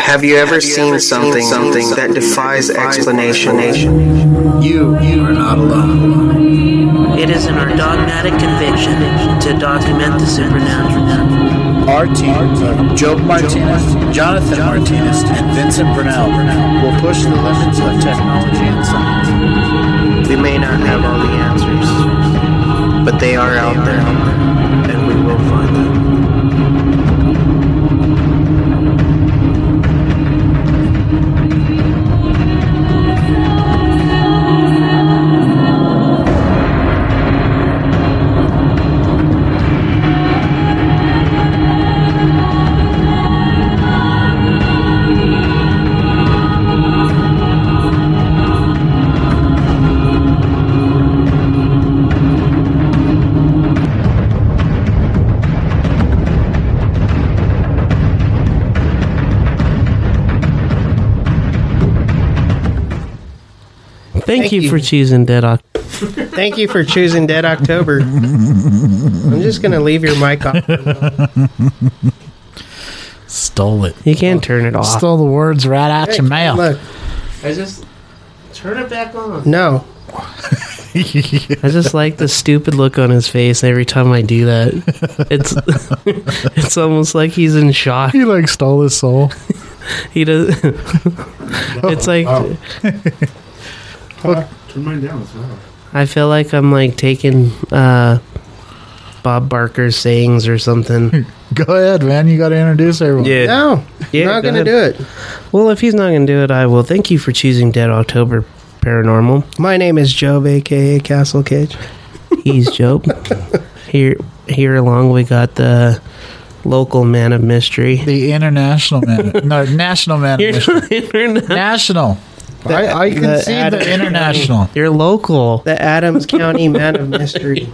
Have you ever seen something, something that defies explanation? You, you are not alone. It is in our dogmatic conviction to document the supernatural. Our team, of Job Martinez, Jonathan Martinez, and Vincent Brunel will push the limits of technology and science. We may not have all the answers, but they are out there, and we will find them. Thank, you, for choosing Dead Oct. Thank you for choosing Dead October. I'm just gonna leave your mic off. Stole it. You can't turn it off. Stole the words right out your mouth. Look, I just turn it back on. no, I just like the stupid look on his face every time I do that. It's it's almost like he's in shock. He like stole his soul. He does. it's like Turn mine down as well. I feel like I'm like taking uh, Bob Barker's sayings or something. Go ahead, man. You got to introduce everyone. no, Yeah, you're not go gonna ahead. do it. Well, if he's not gonna do it, I will. Thank you for choosing Dead October Paranormal. My name is Job, aka Castle Cage. He's Job. here, here along we got the local man of mystery. The international man. no, national man. You're, national. I, I can the see Adam- the international. you're local. The Adams County Man of Mystery.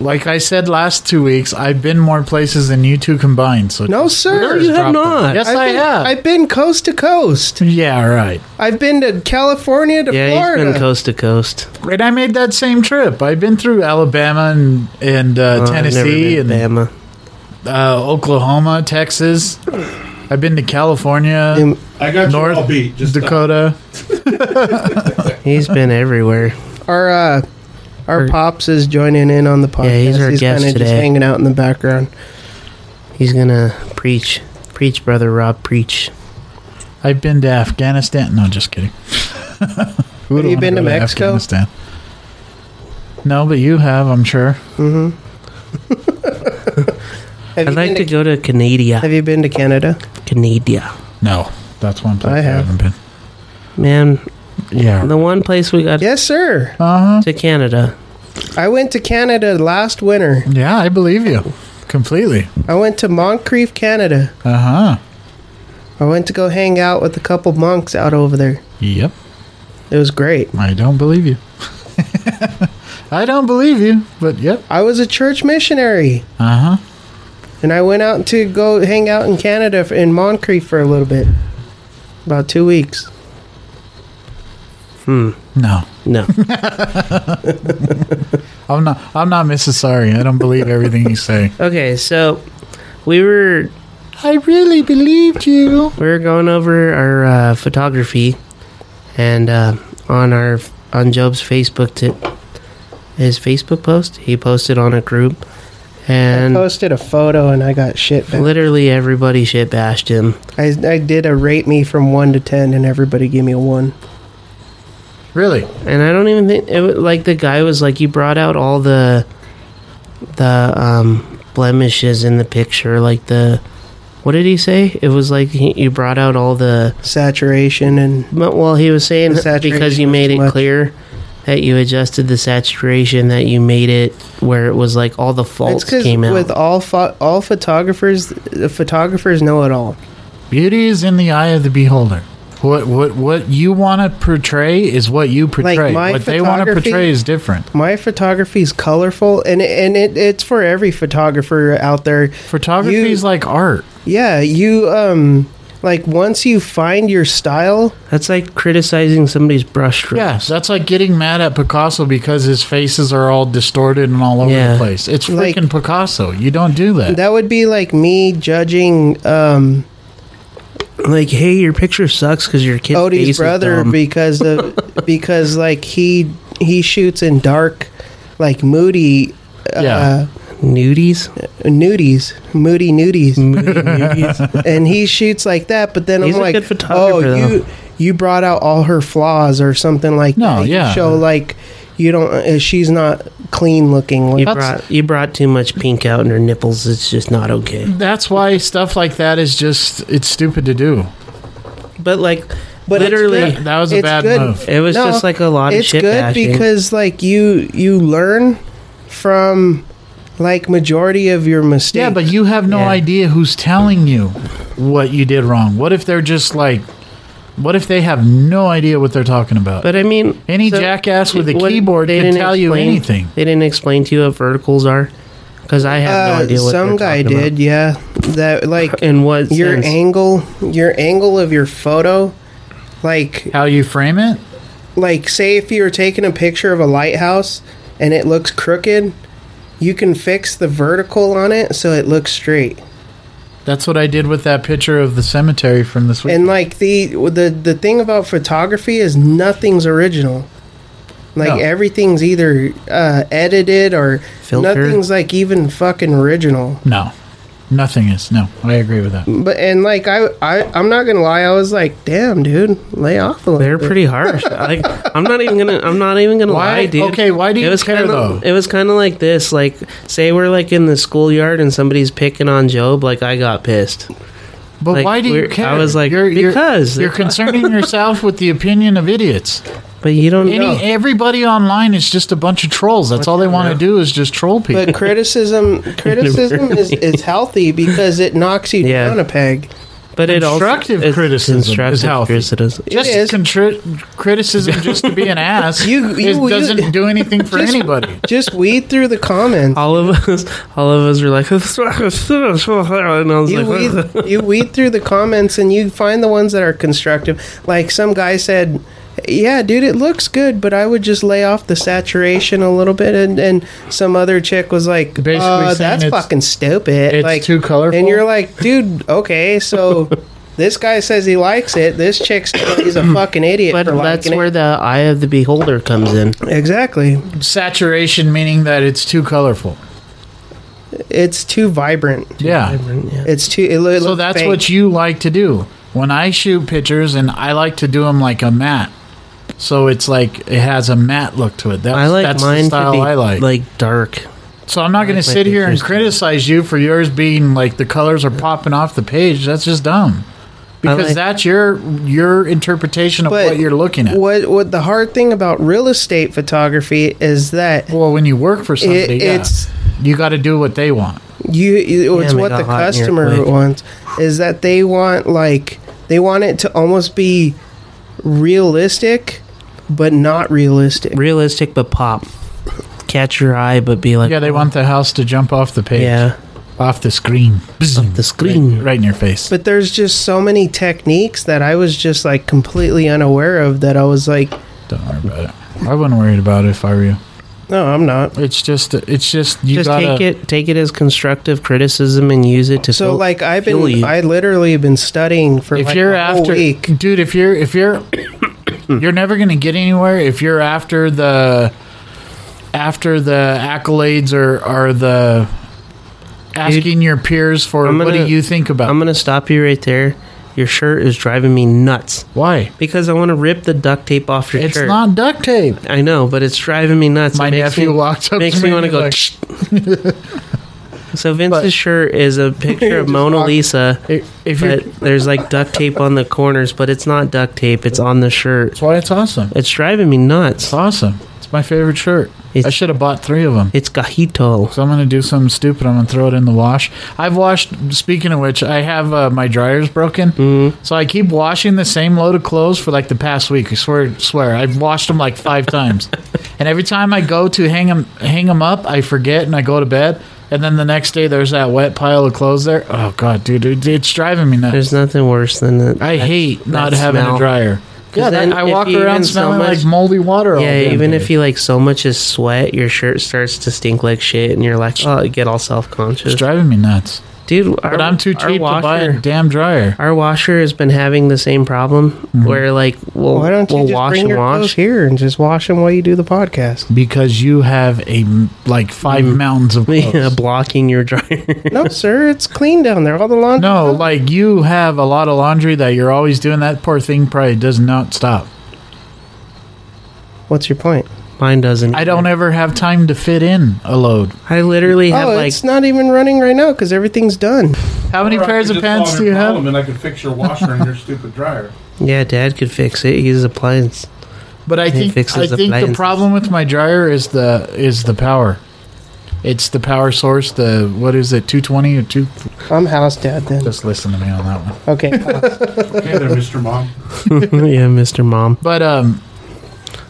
Like I said last two weeks, I've been more places than you two combined. So No, sir. No, you have not. Yes, I've I been, have. I've been coast to coast. yeah, right. I've been to California to yeah, Florida. he's been coast to coast. And I made that same trip. I've been through Alabama and and uh, Uh, I've never Tennessee been to and Bama. uh, Oklahoma, Texas. I've been to California, Um, I got North you all beat. Just uh, Dakota. He's been everywhere. our uh, our Our- pops is joining in on the podcast. Yeah, he's our guest kinda today. Just hanging out in the background. He's gonna preach, preach, brother Rob, preach. I've been to Afghanistan. No, just kidding. Who Have would you wanna been go to Mexico? Afghanistan? No, but you have, I'm sure. Have I'd you like to been go to Canada. Have you been to Canada? Canada, No, that's one place I I, have. haven't been. man. Yeah. The one place we got Yes, sir. Uh huh. to Canada. I went to Canada last winter. Yeah, I believe you completely. I went to Moncrief, Canada. Uh huh. I went to go hang out with a couple monks out over there. Yep. It was great. I don't believe you. I don't believe you, but yep. I was a church missionary, Uh huh. and I went out to go hang out in Canada f- in Moncrief for a little bit, about two weeks. Hmm, No, No, I'm not. I'm not Mrs. Sorry. I don't believe everything you say. okay, so we were I really believed you. we were going over our uh, photography, and uh, on our on Job's Facebook tip, his Facebook post, he posted on a group, I and posted a photo, and I got shit back. literally everybody shit bashed him. I, I did a rate me from one to ten, and everybody gave me a one. Really? And I don't even think it was, like the guy was like, you brought out all the the um, blemishes in the picture, like the what did he say? It was like he, you brought out all the Saturation and well, he was saying The saturation because you was made too it much. clear that you adjusted the saturation, that you made it where it was like all the faults it's because came out. with all pho- all photographers, the photographers know it all. Beauty is in the eye of the beholder. What what what you want to portray is what you portray. my what they want to photography- portray is different. My photography is colorful, and it- and it, it's for every photographer out there. Photography You- is like art. Yeah, you um, like once you find your style, That's like criticizing somebody's brushstroke. Yes, that's like getting mad at Picasso because his faces are all distorted and all over Yeah. the place. It's Like- freaking Picasso. You don't do that. that would be like me judging um, like, hey, your picture sucks because your kid. Odie's brother because of because like he he shoots in dark, like moody. Uh, Yeah. nudies. nudies, moody nudies, nudies. and he shoots like that. But then He's I'm a like, good photographer, oh, you you brought out all her flaws or something like No, that. You yeah. show like you don't. Uh, she's not clean looking. You Like, That's- brought you brought too much pink out in her nipples. It's just not okay. That's why stuff like that is just it's stupid to do. But like, But it's literally, good. That was a It's bad good. move. it was No, just like a lot of it's shit. good bashing. because like you you learn from like majority of your mistakes. Yeah, but you have no Yeah. idea who's telling you what you did wrong. What if they're just like what if they have no idea what they're talking about? But I mean, Any jackass with a keyboard they can didn't tell you anything. They didn't explain to you what verticals are because I have Uh, no idea what some they're guy talking did, about. yeah. That like In what your sense? angle, your angle of your photo, like How you frame it? like say if you're taking a picture of a lighthouse and it looks crooked, you can fix the vertical on it so it looks straight. That's what I did with that picture of the cemetery from this week. And like the the the thing about photography is nothing's original. Like No. everything's either uh, edited or Filtered. nothing's like even fucking original. no. Nothing is. No. I agree with that. But and like I I I'm not gonna lie, I was like, damn, dude, lay off a little. They're bit." pretty harsh. like I'm not even gonna. I'm not even gonna Why- lie, dude. okay, why do you care, kinda, though? It was kind of like this. Like, say we're like in the schoolyard and somebody's picking on Job. Like, I got pissed. But Like, why do you we're- care? I was like, because you're they're- concerning yourself with the opinion of idiots. But you don't Any know. everybody online is just a bunch of trolls. That's all they want to do is just troll people. But criticism criticism is, is healthy because it knocks you Yeah. down a peg. But it also Constructive it's criticism is healthy. criticism. just is. contri- criticism just to be an ass You- it you- you- doesn't do anything for Just- anybody. Just weed through the comments. All of us, all of us were like, and I was You like, what the- weed, you weed through the comments and you find the ones that are constructive. Like some guy said, "Yeah, dude, it looks good, but I would just lay off the saturation a little bit." And and some other chick was like, Basically "Uh, saying that's it's- fucking stupid. it's like too colorful? And you're like, "Dude, okay, so." This guy says he likes it. This chick's he's a fucking idiot but for that's liking where it. the eye of the beholder comes in. Exactly. Saturation meaning that it's too colorful. It's too vibrant. Yeah. It's too. It looks So that's what you like to do. When I shoot pictures and I like to do them like a matte. So it's like it has a matte look to it. That's, I like that's mine the style to be I like. dark. so I'm not going like to my sit here and pictures. criticize you for yours being like the colors are popping off the page. That's just dumb. Because like- that's your your interpretation of But what you're looking at. What what the hard thing about real estate photography is that well, when you work for somebody, it, yeah, it's you got to do what they want. you. you- It's Damn, it what got the hot in here customer quick. wants is that they want like they want it to almost be realistic, but not realistic. realistic but pop. Catch your eye, but be like, Yeah, they want the house to jump off the page, yeah, off the screen, off the screen. right, right in your face. But there's just so many techniques that I was just like completely unaware of. That I was like, Don't worry about it. I wouldn't worry about it if I were you. no, I'm not. It's just, it's just you Just gotta. take it, take it as constructive criticism and use it to. So fil- like I've fuel been, you. I literally have been studying for If like you're a whole after, week. dude, if you're if you're you're never gonna get anywhere if you're after the after the accolades or or the asking your peers for I'm what do gonna- you think about I'm gonna stop you right there. Your shirt is driving me nuts why because I want to rip the duct tape off your it's shirt. not duct tape. I know, but it's driving me nuts. It My makes nephew me, walked up makes to me me want to and go. he's so Vince's But- shirt is a picture of Mona walked- Lisa. If you're, But there's like duct tape on the corners, but it's not duct tape. It's on the shirt. that's why it's awesome. It's driving me nuts. It's awesome. It's my favorite shirt. I It's- should have bought three of them. It's gajito. So I'm gonna do something stupid. I'm gonna throw it in the wash. I've washed. Speaking of which, I have uh, my dryer's broken, Mm-hmm. so I keep washing the same load of clothes for like the past week. I swear, swear, I've washed them like five times, and every time I go to hang them, hang 'em up, I forget and I go to bed, and then the next day there's that wet pile of clothes there. Oh god, dude, it, it's driving me nuts. There's nothing worse than that. I hate not having smell. a dryer. Yeah, that, then I if walk you around even so smelling much- like moldy water. all Yeah, damn even day. if you like so much as sweat, your shirt starts to stink like shit, and you're like, oh, you get all self it's conscious. driving me nuts. dude. Our, But I'm too our cheap to buy washer- a damn dryer. Our washer has been having the same problem Mm-hmm. where like we'll, Why don't you we'll just wash bring and your clothes wash. here and just wash them while you do the podcast? Because you have a m- like five mountains of clothes. Mm. Yeah, blocking your dryer. No, sir, it's clean down there. All the laundry. No, like you have a lot of laundry that you're always doing. That poor thing probably does not stop. What's your point? Mine doesn't. I don't either. ever have time to fit in a load. I literally have Oh, like it's not even running right now because everything's done. How many Or I pairs could of just pants solve do your you have? problem And I could fix your washer and your stupid dryer. yeah. Dad could fix it. He uses appliance. But I think fixes I the think the appliances. problem with my dryer is the is the power. It's the power source. The what is it? Two twenty or two? I'm house dad then. Just listen to me on that one. Okay. Pop. Okay there, Mr. Mom. yeah, Mister Mom. But um,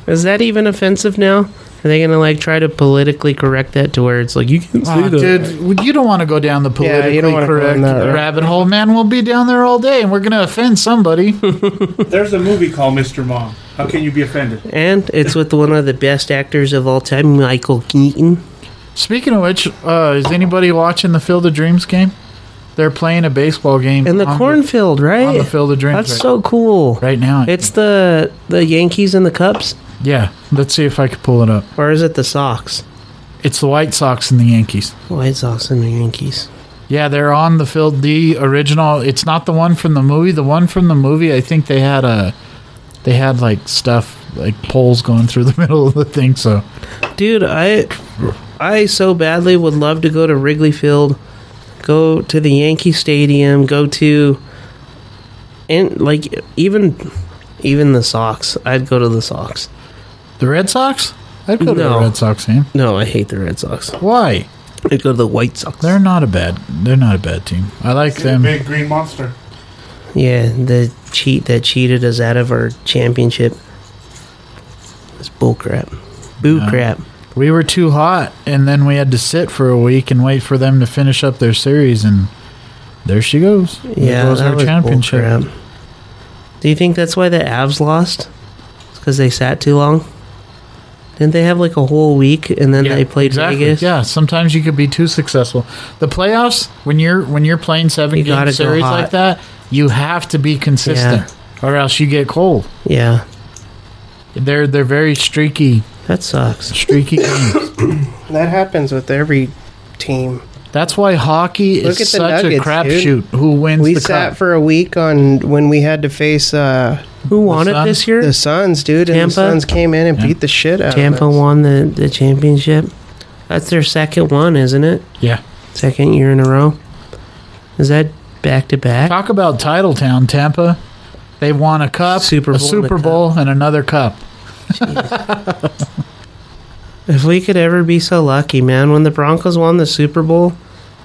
Is that even offensive now? Are they gonna like try to politically correct that to where it's like you can't say ah, that? dude, would- you don't want to go down the Yeah, politically you don't wanna go correct down that road. rabbit hole, man. We'll be down there all day, and we're gonna offend somebody. There's a movie called Mr. Mom. How can you be offended? And it's with one of the best actors of all time, Michael Keaton. Speaking of which, uh, is anybody watching the Field of Dreams game? They're playing a baseball game And the on cornfield, right? on the Field of Dreams. That's right, so cool. right now. It's the the Yankees and the Cubs, yeah. Let's see if I can pull it up. or is it the Sox? It's the White Sox and the Yankees. White Sox and the Yankees. Yeah, they're on the field. The original. It's not the one from the movie. The one from the movie. I think they had a, they had like stuff like poles going through the middle of the thing. So Dude, I I so badly would love to go to Wrigley Field, go to the Yankee Stadium, go to and like even even the Sox. I'd go to the Sox. the Red Sox. I'd go to No. the Red Sox game. No, I hate the Red Sox. Why? I'd go to the White Sox. They're not a bad. They're not a bad team. I like See the them. big green monster. Yeah, the cheat that cheated us out of our championship. It's bullcrap. Boo crap. We were too hot, and then we had to sit for a week and wait for them to finish up their series, and there she goes. There Yeah, goes that our was championship. bullcrap. Do you think that's why the Avs lost? It's because they sat too long. Didn't they have like a whole week and then they played exactly. Vegas? Yeah, sometimes you could be too successful. The playoffs, when you're when you're playing seven You gotta game go series hot. like that, you have to be consistent, or else you get cold. Yeah, They're they're very streaky, that sucks. streaky games. that happens with every team. That's why hockey Look at the is such Nuggets, a crapshoot. dude. Who wins We the sat cup? for a week on when we had to face uh, Who won it Suns? this year? the Suns, dude, and Tampa? the Suns came in and beat the shit out Tampa of us. won the, the championship. That's their second one, isn't it? yeah, Second year in a row. Is that back to back? Talk about title town, Tampa. They won a cup, Super a Bowl and a Super cup. Bowl, and another cup. If we could ever be so lucky, man, when the Broncos won the Super Bowl,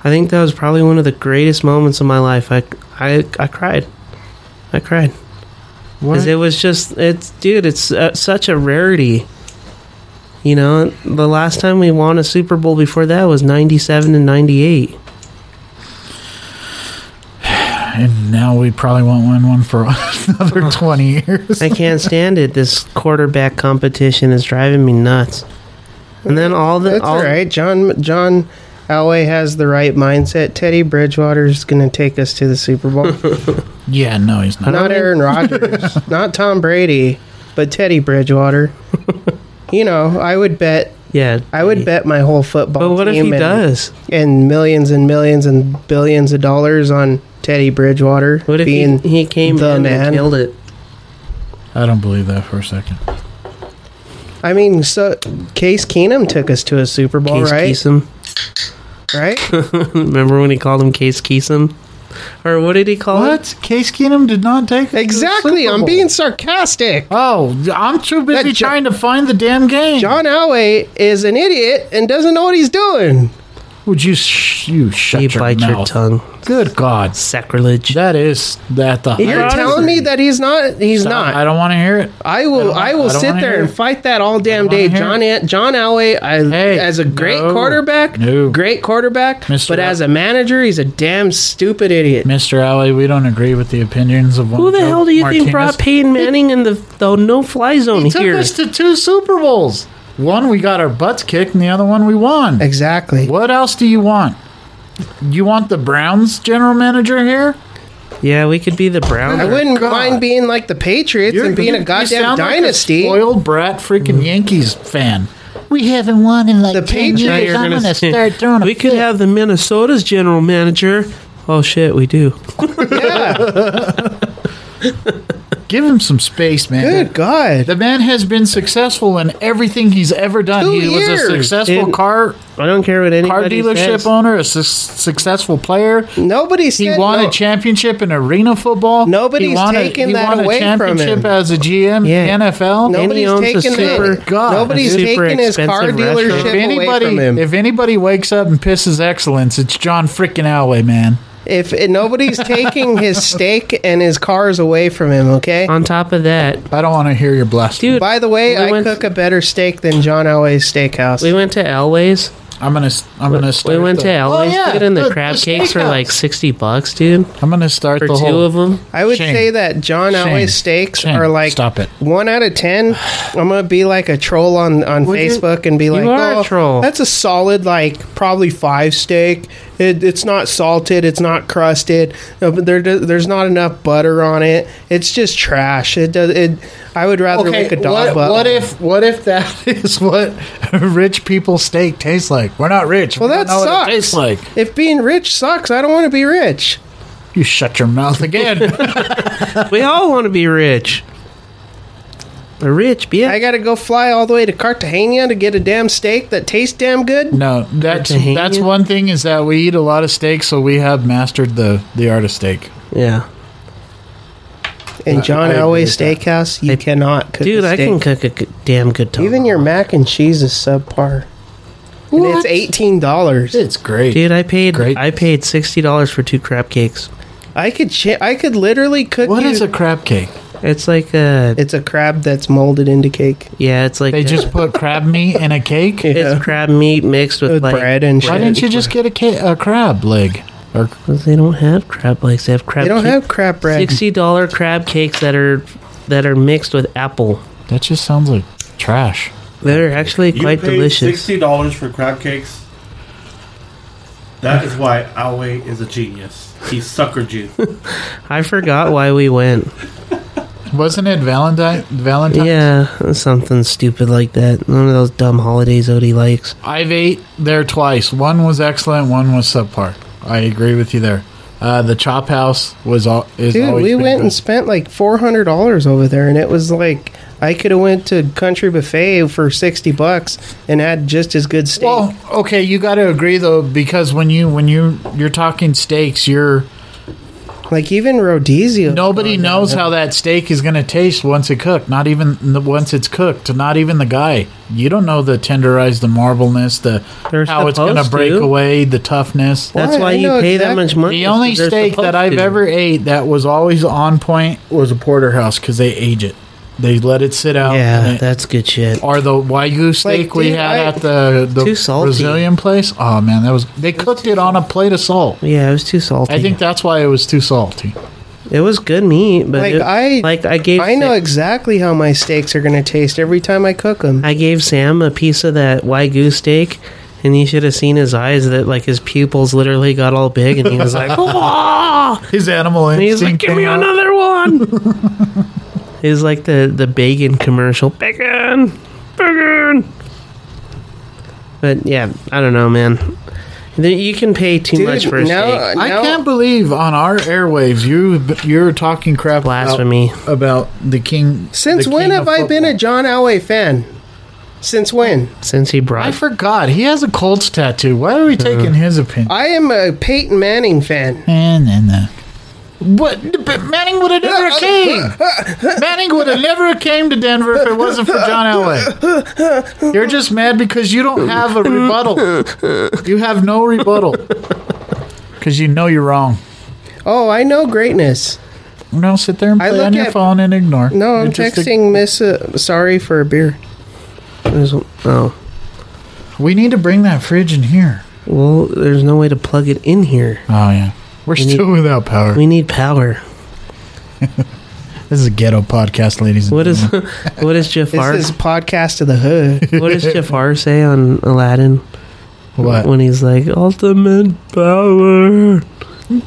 I think that was probably one of the greatest moments of my life. I I I cried. I cried. Cuz it was just it's dude, it's uh, such a rarity. You know, the last time we won a Super Bowl before that was 97 and 98. And now we probably won't win one for another 20 years. I can't stand it. This quarterback competition is driving me nuts. And then all the That's all, all right. John John Elway has the right mindset. Teddy Bridgewater's going to take us to the Super Bowl. Yeah, no, he's not. not Aaron Rodgers, not Tom Brady, but Teddy Bridgewater. you know, I would bet. Yeah. I would bet my whole football. But what if team he and, does? And millions and millions and billions of dollars on Teddy Bridgewater What if he, being he came the in man. and killed it? I don't believe that for a second. I mean, so Case Keenum took us to a Super Bowl, Case right? Keesum. Right? Remember when he called him Case Keesum? Or what did he call it? What? Case Keenum did not take us to the exactly. Super I'm Bowl. being sarcastic. Oh, I'm too busy That Jo- trying to find the damn game. John Elway is an idiot and doesn't know what he's doing. Would you sh- you shut You your bite mouth? your tongue. Good God, Sacrilege. that is that the. You're highest- telling me that he's not. He's I not. don't want to hear it. I I will. I, don't- I will don't sit wanna hear there and it. fight that all damn wanna day. hear John it. An- John Elway, I, Hey, as a great no, quarterback, no. great quarterback, Mr. but Al- as a manager, he's a damn stupid idiot. Mr. Alley, we don't agree with the opinions of one Who the Joe hell do you Martinez. think brought Peyton Manning in the, the no fly zone He took here? us to two Super Bowls. One we got our butts kicked, and the other one we won. Exactly. What else do you want? You want the Browns general manager here? Yeah, we could be the Browns. I or- wouldn't God. mind being like the Patriots and being a you goddamn sound like a dynasty. spoiled brat, Mm. freaking Yankees fan. We haven't won in like The 10 Patriots- Now years. you're I'm gonna going to say- start throwing a We could fit. have the Minnesota's general manager. Oh shit, we do. Give him some space, man. Good God. The man has been successful in everything he's ever done. Two he was years. a successful In- car I don't care what car anybody dealership says. owner, a su- successful player. Nobody He said won no. a championship in arena football. Nobody's he won taking a, he that won away a from him. championship as a GM Yeah. in NFL. And he Nobody's owns a taking super- that. God, nobody's a super taking his car expensive dealership restaurant. If away anybody, from him. If, if anybody wakes up and pisses excellence, it's John freaking Elway, man. if nobody's taking his steak and his cars away from him, okay. On top of that, I don't want to hear your blasphemy. Dude. By the way, We I went- cook a better steak than John Elway's Steakhouse. we went to Elway's. I'm gonna, I'm gonna start. We went the, to Elway's. Oh, yeah, dude, and the, the- crab the cakes were steakhouse. like sixty bucks, dude, I'm gonna start for the two whole. of them. I would Shame. say that John Shame. Elway's steaks Shame. are like Stop it. one out of ten. I'm gonna be like a troll on on Would you- Facebook and be like, are a "Oh, troll." that's a solid like probably five steak. It, it's not salted. It's not crusted. uh, but There, there's not enough butter on it. It's just trash. It does. It. I would rather Okay, lick a dog what, butt. what if, what if that is what rich people steak tastes like? We're not rich. Well, We don't that know what it tastes sucks. like If being rich sucks, I don't want to be rich. you shut your mouth again. we all want to be rich. A rich, I yeah. got to go fly all the way to Cartagena to get a damn steak that tastes damn good. No, that's Cartagena? that's one thing is that we eat a lot of steak, so we have mastered the the art of steak. yeah, And John I agree Elway's Steakhouse, you cannot cook. dude, a I steak. can cook a g- damn good time. Even your mac and cheese is subpar. And it's eighteen dollars. It's great. dude, I paid Great. I paid sixty dollars for two crab cakes. I could ch- I could literally cook. What you- is a crab cake? It's like a It's a crab that's molded into cake. yeah, it's like They a- just put crab meat in a cake. it's Yeah. crab meat mixed with, With like bread and Why shit. didn't you just get a, ca- a crab leg? Or 'Cause they don't have crab legs. They have crab. They don't cake- have crab bread. sixty dollar crab cakes that are that are mixed with apple. that just sounds like trash. They're actually You quite paid delicious. Sixty dollars for crab cakes. That is why Alway is a genius. He suckered you. I forgot why we went. Wasn't it Valentine? Valentine? Yeah, something stupid like that. One of those dumb holidays Odie likes. I've ate there twice. One was excellent. One was subpar. I agree with you there. Uh, the Chop House was all is Dude, always we been went good. and spent like four hundred dollars over there, and it was like I could have went to Country Buffet for sixty bucks and had just as good steak. Well, okay, you got to agree though, because when you when you you're talking steaks, you're like even Rodizio. nobody knows how that steak is going to taste once it cooked. Not even the, once it's cooked. Not even the guy. You don't know the tenderized, the marbleness, the They're how it's going to supposed break to. away, the toughness. That's Why? why I you know pay that exactly- much money. The is 'cause only they're steak that supposed I've to. ever ate that was always on point was a porterhouse because they age it. They let it sit out. Yeah, and it- that's good shit. or the wagyu steak we dude, had I- at the, Too the salty. Brazilian place. Oh man, that was they cooked it on a plate of salt. Yeah, it was too salty. I think that's why it was too salty. it was good meat, but Like, it- I- like I gave I know Sa- exactly how my steaks are going to taste every time I cook them. I gave Sam a piece of that wagyu steak, and you should have seen his eyes that like his pupils literally got all big, and he was like, "Ah!" His animal and he's instinct. like, "Give me came out. another one." He's like the the bacon commercial, bacon, bacon. But yeah, I don't know, man. The- You can pay too much for a steak. I can't believe on our airwaves you you're talking crap Blasphemy. about, about the king. Since the when king have of I been a football. John Elway fan? Since when? Since he I brought forgot he has a Colts tattoo. Why are we taking his opinion? I am a Peyton Manning fan. And then uh, What? But Manning would have uh, never came. Manning would have never came to Denver if it wasn't for John Elway. You're just mad because you don't have a rebuttal. You have no rebuttal because you know you're wrong. Oh, I know greatness. No, sit there and I play look on your at- phone and ignore. No, I'm You're just a- texting Miss. Uh, sorry for a beer. there's, oh we need to bring that fridge in here. well, there's no way to plug it in here. Oh yeah, we're still without power. We need power. this is a ghetto podcast, ladies. And What is gentlemen. what is Jafar? This is podcast of the hood. what does Jafar say on Aladdin? What? when he's like ultimate power.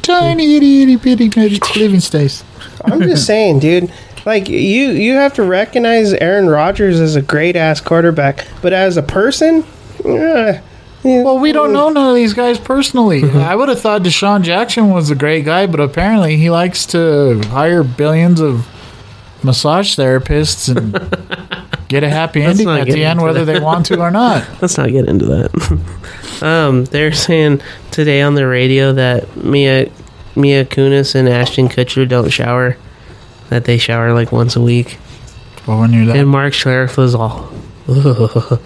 Tiny itty itty bitty bitty living space. I'm just saying, dude. Like you, you have to recognize Aaron Rodgers as a great ass quarterback, but as a person, eh, Well, we don't know none of these guys personally. I would have thought Deshaun Jackson was a great guy, but apparently he likes to hire billions of massage therapists and get a happy Let's ending not at get the end, into whether they want to or not. Let's not get into that. um, they're saying today on the radio that Mia Mia Kunis and Ashton Kutcher don't shower. That they shower like once a week. But when you're that, And Mark Sheriff was all "Ugh."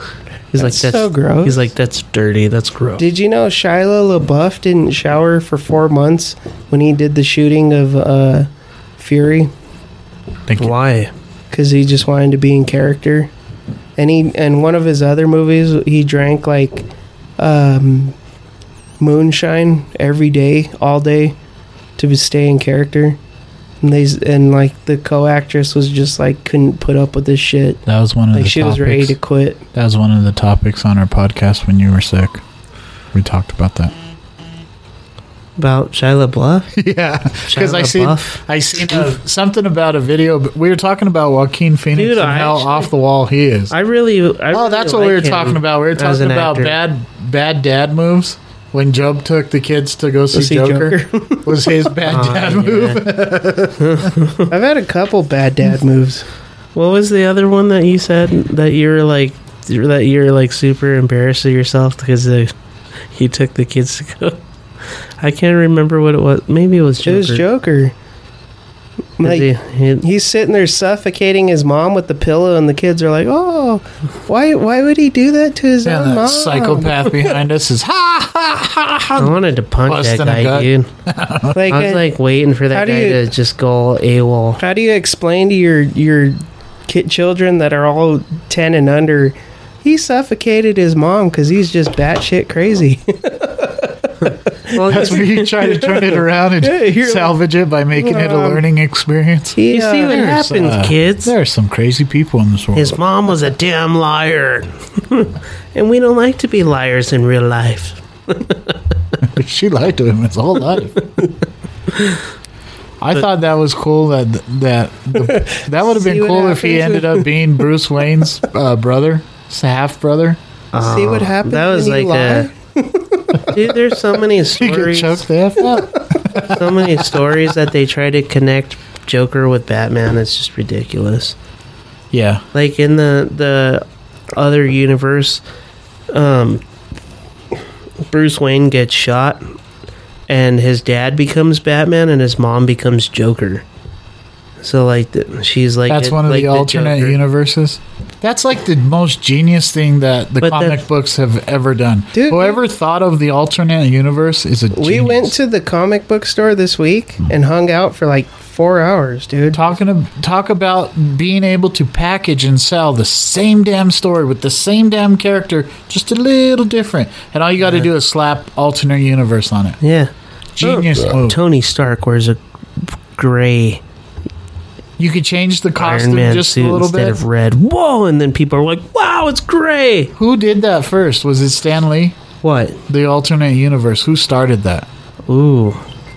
He's like That's that's so gross. He's like, that's dirty, that's gross. did you know Shia LaBeouf didn't shower for four months when he did the shooting of uh, Fury thank you. Why? because he just wanted to be in character, and he and one of his other movies he drank like um, moonshine every day, all day, to be- stay in character. And they s- and like the co-actress was just like couldn't put up with this shit. that was one of Like the she topics. was ready to quit. that was one of the topics on our podcast when you were sick. We talked about that. About Shia LaBeouf? Yeah, because I Shia seen LaBeouf. I seen uh something about a video. But we were talking about Joaquin Phoenix Dude, and I how actually- off the wall he is. I really I oh, that's what we were talking about. We were talking about bad bad dad moves. When Job took the kids to go see, see Joker, was his bad Oh, dad move. I've had a couple bad dad moves. What was the other one that you said that you were like that you're like super embarrassed of yourself because the, you took the kids to go? I can't remember what it was. Maybe it was Joker. It was Joker. 'Cause he- Like he- he's sitting there suffocating his mom with the pillow, and the kids are like, "Oh, why? Why would he do that to his Yeah, own that mom?" psychopath behind us is ha ha ha I ha. wanted to punch Bust that in the guy, gut. dude. Like, I was uh, like waiting for how that do guy you- to just go AWOL. How do you explain to your your kid children that are all ten and under? He suffocated his mom because he's just batshit crazy. That's where you try to turn it around and you're- salvage it by making it a Um, learning experience. He, You see uh, what There's, happens, uh, kids. There are some crazy people in this world. His mom was a damn liar, and we don't like to be liars in real life. she lied to him his whole life. I thought that was cool. That that the, that would have See been what cool if he happens? ended up being Bruce Wayne's uh, brother, half brother. see Oh, what happens. Oh, That was when like you a dude. There's so many He could stories, choke the f out. so many stories that they try to connect Joker with Batman. It's just ridiculous. Yeah, Like in the the other universe, um, Bruce Wayne gets shot, and his dad becomes Batman, and his mom becomes Joker. So like the, she's like that's it- one of like the alternate Joker. universes. That's like the most genius thing that the But comic that's- books have ever done. Dude, Whoever thought of the alternate universe is a genius. We went to the comic book store this week and hung out for like four hours, dude. talking ab- talk about being able to package and sell the same damn story with the same damn character just a little different and all you got to do is slap alternate universe on it Yeah, genius move. Tony Stark wears a gray you could change the Iron costume Man just a suit little instead bit of red. Whoa! And then people are like, "Wow, it's gray." who did that first was it stan lee What? the alternate universe who started that Ooh,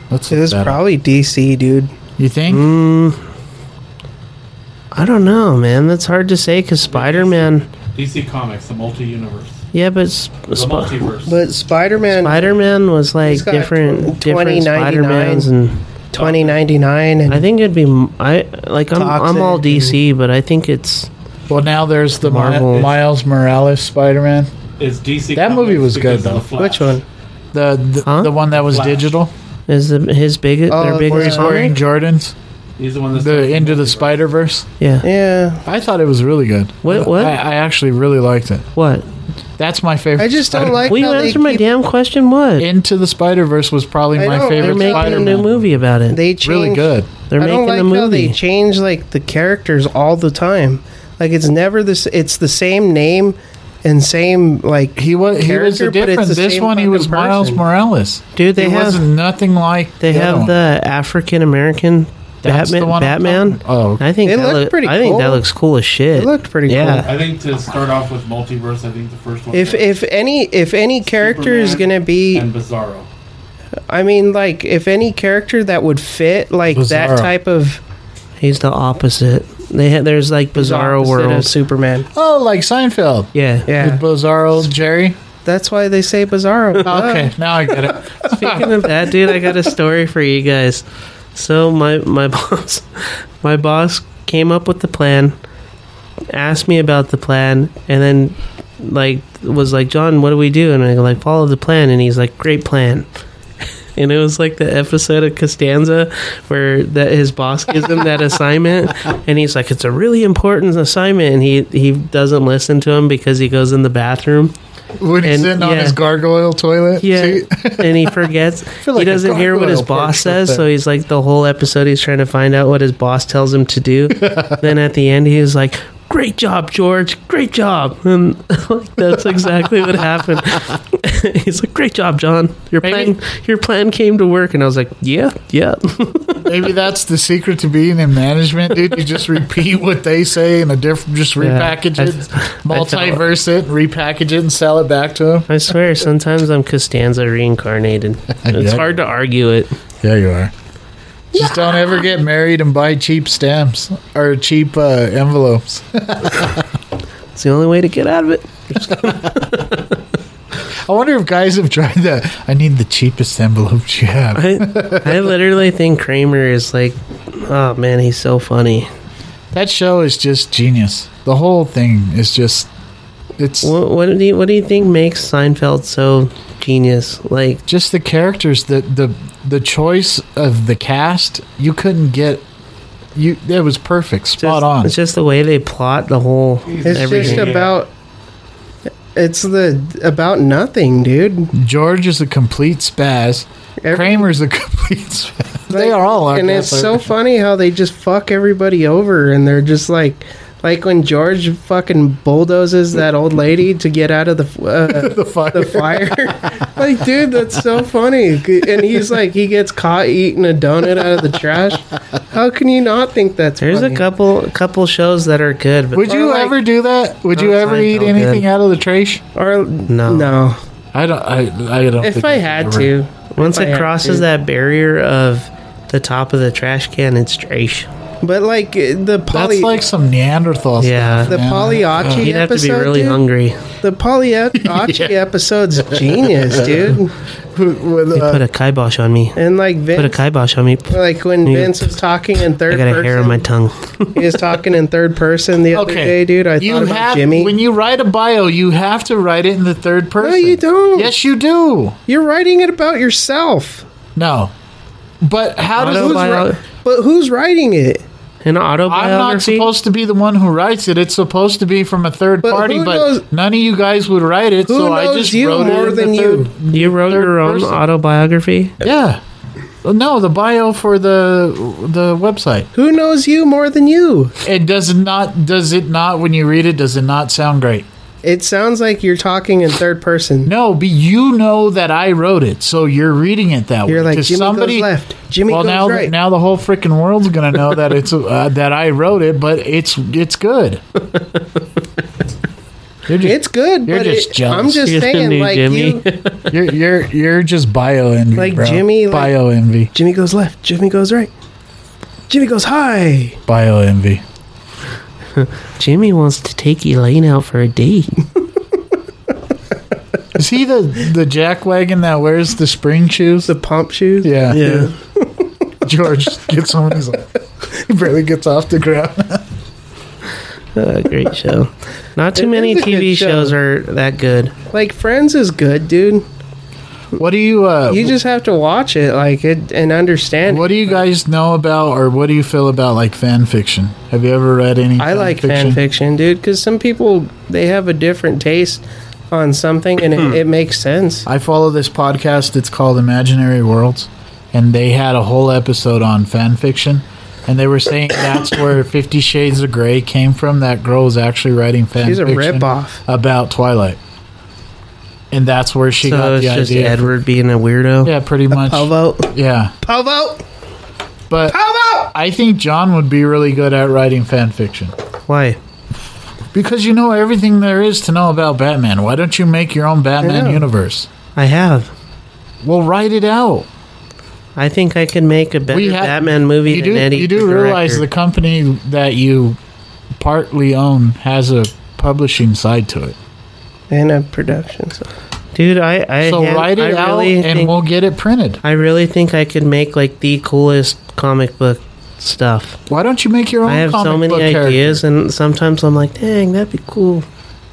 Let's It look was that up. probably DC, dude. you think Hmm. I don't know, man. That's hard to say because Spider-Man. DC Comics, the multi-universe, Yeah, but Sp- the multiverse. But Spider Man Spider-Man was like He's got different, tw- different 2099. Spider-Mans, and 2099 and I think it'd be m- I like I'm I'm all Toxic DC, but I think it's well now there's the Mi- Marvel. miles morales spider-man It's DC. That movie was because good, of the which Flash. one? the the, Huh? the one that was Flash. digital is the, his biggest Oh, their where biggest he's wearing comic. jordans He's the one that's the into the spider-verse Yeah. Yeah, I thought it was really good. What- what? I, I actually really liked it. What? That's my favorite. I just don't Spider- like. Will you how they answer my keep- damn question? What? Into the Spider Verse was probably I my know, They're favorite making Spider-Man. a new movie about it. They change, Really good. They're I making don't like a how they movie. change like the characters all the time. Like it's never this. It's the same name and same like He was he was character, a but it's different. the This same one he was fucking Miles person. Morales. Dude, they he have- wasn't nothing like They the other have one. the African American That's Batman- the one I'm Batman? talking- Oh, okay. I think It that looked look- pretty I think that cool. looks cool as shit. It looked pretty yeah. I think to start off with multiverse, I think the first one If if any if any character is Superman gonna be, and Bizarro. I mean, like if any character that would fit like Bizarro. that type of He's the opposite. They ha- there's like Bizarro opposite of World. Superman. Oh, like Seinfeld. Yeah. Yeah, With Bizarro Jerry. that's why they say Bizarro. Okay, now I get it. Speaking of that, dude, I got a story for you guys. So my my boss, my boss came up with the plan, asked me about the plan, and then like was like, John, what do we do? And I like follow the plan, and he's like, great plan. And it was like the episode of Costanza where that his boss gives him that assignment, and he's like, "It's a really important assignment," and he he doesn't listen to him because he goes in the bathroom, When he's And, sitting on yeah. his gargoyle toilet. yeah, See? and he forgets. feel like he a doesn't hear what his gargoyle boss perched up says, so there. he's like the whole episode he's trying to find out what his boss tells him to do. then at the end, he was like, "Great job, George! Great job!" And like, that's exactly what happened. he's like, "Great job, John! Your Maybe- plan, your plan came to work." And I was like, "Yeah, yeah." Maybe that's the secret to being in management, dude. You just repeat what they say in a different, just repackage I- it, multiverse it, repackage it, and sell it back to them. I swear, sometimes I'm Costanza reincarnated. It's Yeah. hard to argue it. Yeah, you are. Just don't ever get married and buy cheap stamps or cheap uh, envelopes. It's the only way to get out of it. I wonder if guys have tried that. I need the cheapest envelopes you have. I, I literally think Kramer is like, oh man, he's so funny. That show is just genius. The whole thing is just. It's What, what do you What do you think makes Seinfeld so genius? Like, just the characters the the the choice of the cast you couldn't get you it was perfect spot just, on It's just the way they plot the whole It's everything. just about it's the about nothing, dude. george is a complete spaz Every- kramer's a complete spaz they Like, are all like and that, it's but- so funny how they just fuck everybody over, and they're just like, like when George fucking bulldozes that old lady to get out of the uh, the fire the fire. like, dude, that's so funny. And he's like, he gets caught eating a donut out of the trash. How can you not think that's There's funny? a couple couple shows that are good, but would you Or like- Oh, ever do that would you No, ever eat Seinfeld, anything good. out of the trash Or No. no, no. i don't i, I don't If think I I've had ever- to, once if I it had crosses to. that barrier of the top of the trash can, it's trash. but like the that's poly, like some neanderthal Yeah. stuff the man. polyachi You'd have to episode, be really dude, hungry. The polyachi episode's genius, dude. With, They uh, put a kibosh on me. And like Put a Vince, kibosh on me. like when You- Vince was talking in I third got a person, hair on my tongue. he was talking in third person the other day, dude. I you thought about have, Jimmy. When you write a bio, you have to write it in the third person. no, you don't. Yes, you do. You're writing it about yourself. No. But how does Auto who's bio- wri- But who's writing it? An I'm not autobiography. supposed to be the one who writes it. It's supposed to be from a third But party, who but knows- none of you guys would write it, Who so I knows just you wrote more it in than the you? third. you wrote third your own person. autobiography. Yeah. No, the bio for the the website. Who knows you more than you? It does not does it not when you read it does it not sound great? It sounds like you're talking in third person. No, but you know that I wrote it, so you're reading it that way. You're like To Jimmy goes left. Jimmy well, goes now right. now the whole freaking world's gonna know that it's uh, that I wrote it, but it's it's good. You're just, it's good, You're but just it- jealous. I'm just You're the saying, new like Jimmy. you, you're, you're you're just bio envy, Like bro. Jimmy, like- bio envy, Jimmy goes left, Jimmy goes right, Jimmy goes high. bio envy. Jimmy wants to take Elaine out for a date. Is he the the jack wagon that wears the spring shoes? The pump shoes. Yeah, George gets on. He's like, he barely gets off the ground. Uh, great show. Not too It many is a good TV show. shows are that good. Like Friends is good, dude. What do you? Uh, You just have to watch it, like it, and understand. what do you guys know about, or what do you feel about like fan fiction? Have you ever read any? I like fan fiction, dude, because some people they have a different taste on something, and it, it makes sense. I follow this podcast. It's called Imaginary Worlds, and they had a whole episode on fan fiction, and they were saying that's where Fifty Shades of Grey came from. That girl was actually writing fan She's a fiction rip-off. about Twilight, and that's where she so got it's the just idea. Edward being a weirdo. Yeah, pretty much. I'll vote. Yeah, I'll vote. but I'll vote. I think John would be really good at writing fan fiction Why? because you know everything there is to know about Batman. Why don't you make your own Batman Yeah. universe? I have. Well, write it out. I think I could make a better ha- Batman movie You than do, Eddie. you do the realize the director. company that you partly own has a publishing side to it. and a production. So. dude. I I, So had- write it I out really and think, we'll get it printed. I really think I could make like the coolest comic book stuff. Why don't you make your own I have comic so many book ideas, character? and sometimes I'm like, dang, that'd be cool.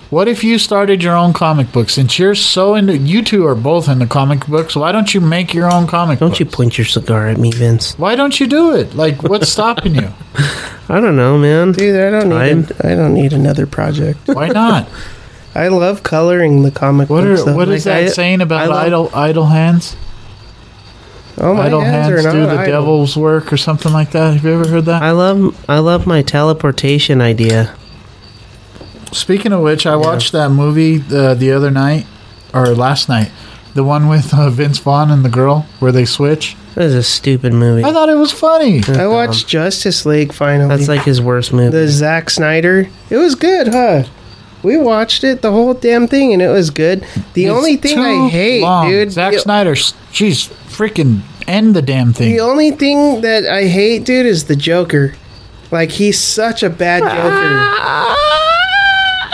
What if you started your own comic book? Since you're so into, you two are both into comic books. Why don't you make your own comic? Don't you books? point your cigar at me, Vince? Why don't you do it? Like, what's stopping you? I don't know, man. Dude, I don't Time. need. A, I don't need another project. Why not? I love coloring the comic What book are stuff. what is Like, that I- saying I about love- idle idle hands? Oh my idle hands, hands are not do the idle. devil's work or something like that. Have you ever heard that? I love I love my teleportation idea. Speaking of which, I watched that movie uh, the other night or last night, the one with uh, Vince Vaughn and the girl where they switch. That is a stupid movie. I thought it was funny. I watched Justice League finally. That's like his worst the movie. Zack Snyder. It was good, huh? We watched it the whole damn thing, and it was good. The It's only thing I too hate, long. dude. Zack the- Snyder, s- jeez, freaking end the damn thing. The only thing that I hate, dude, is the Joker. Like he's such a bad Joker.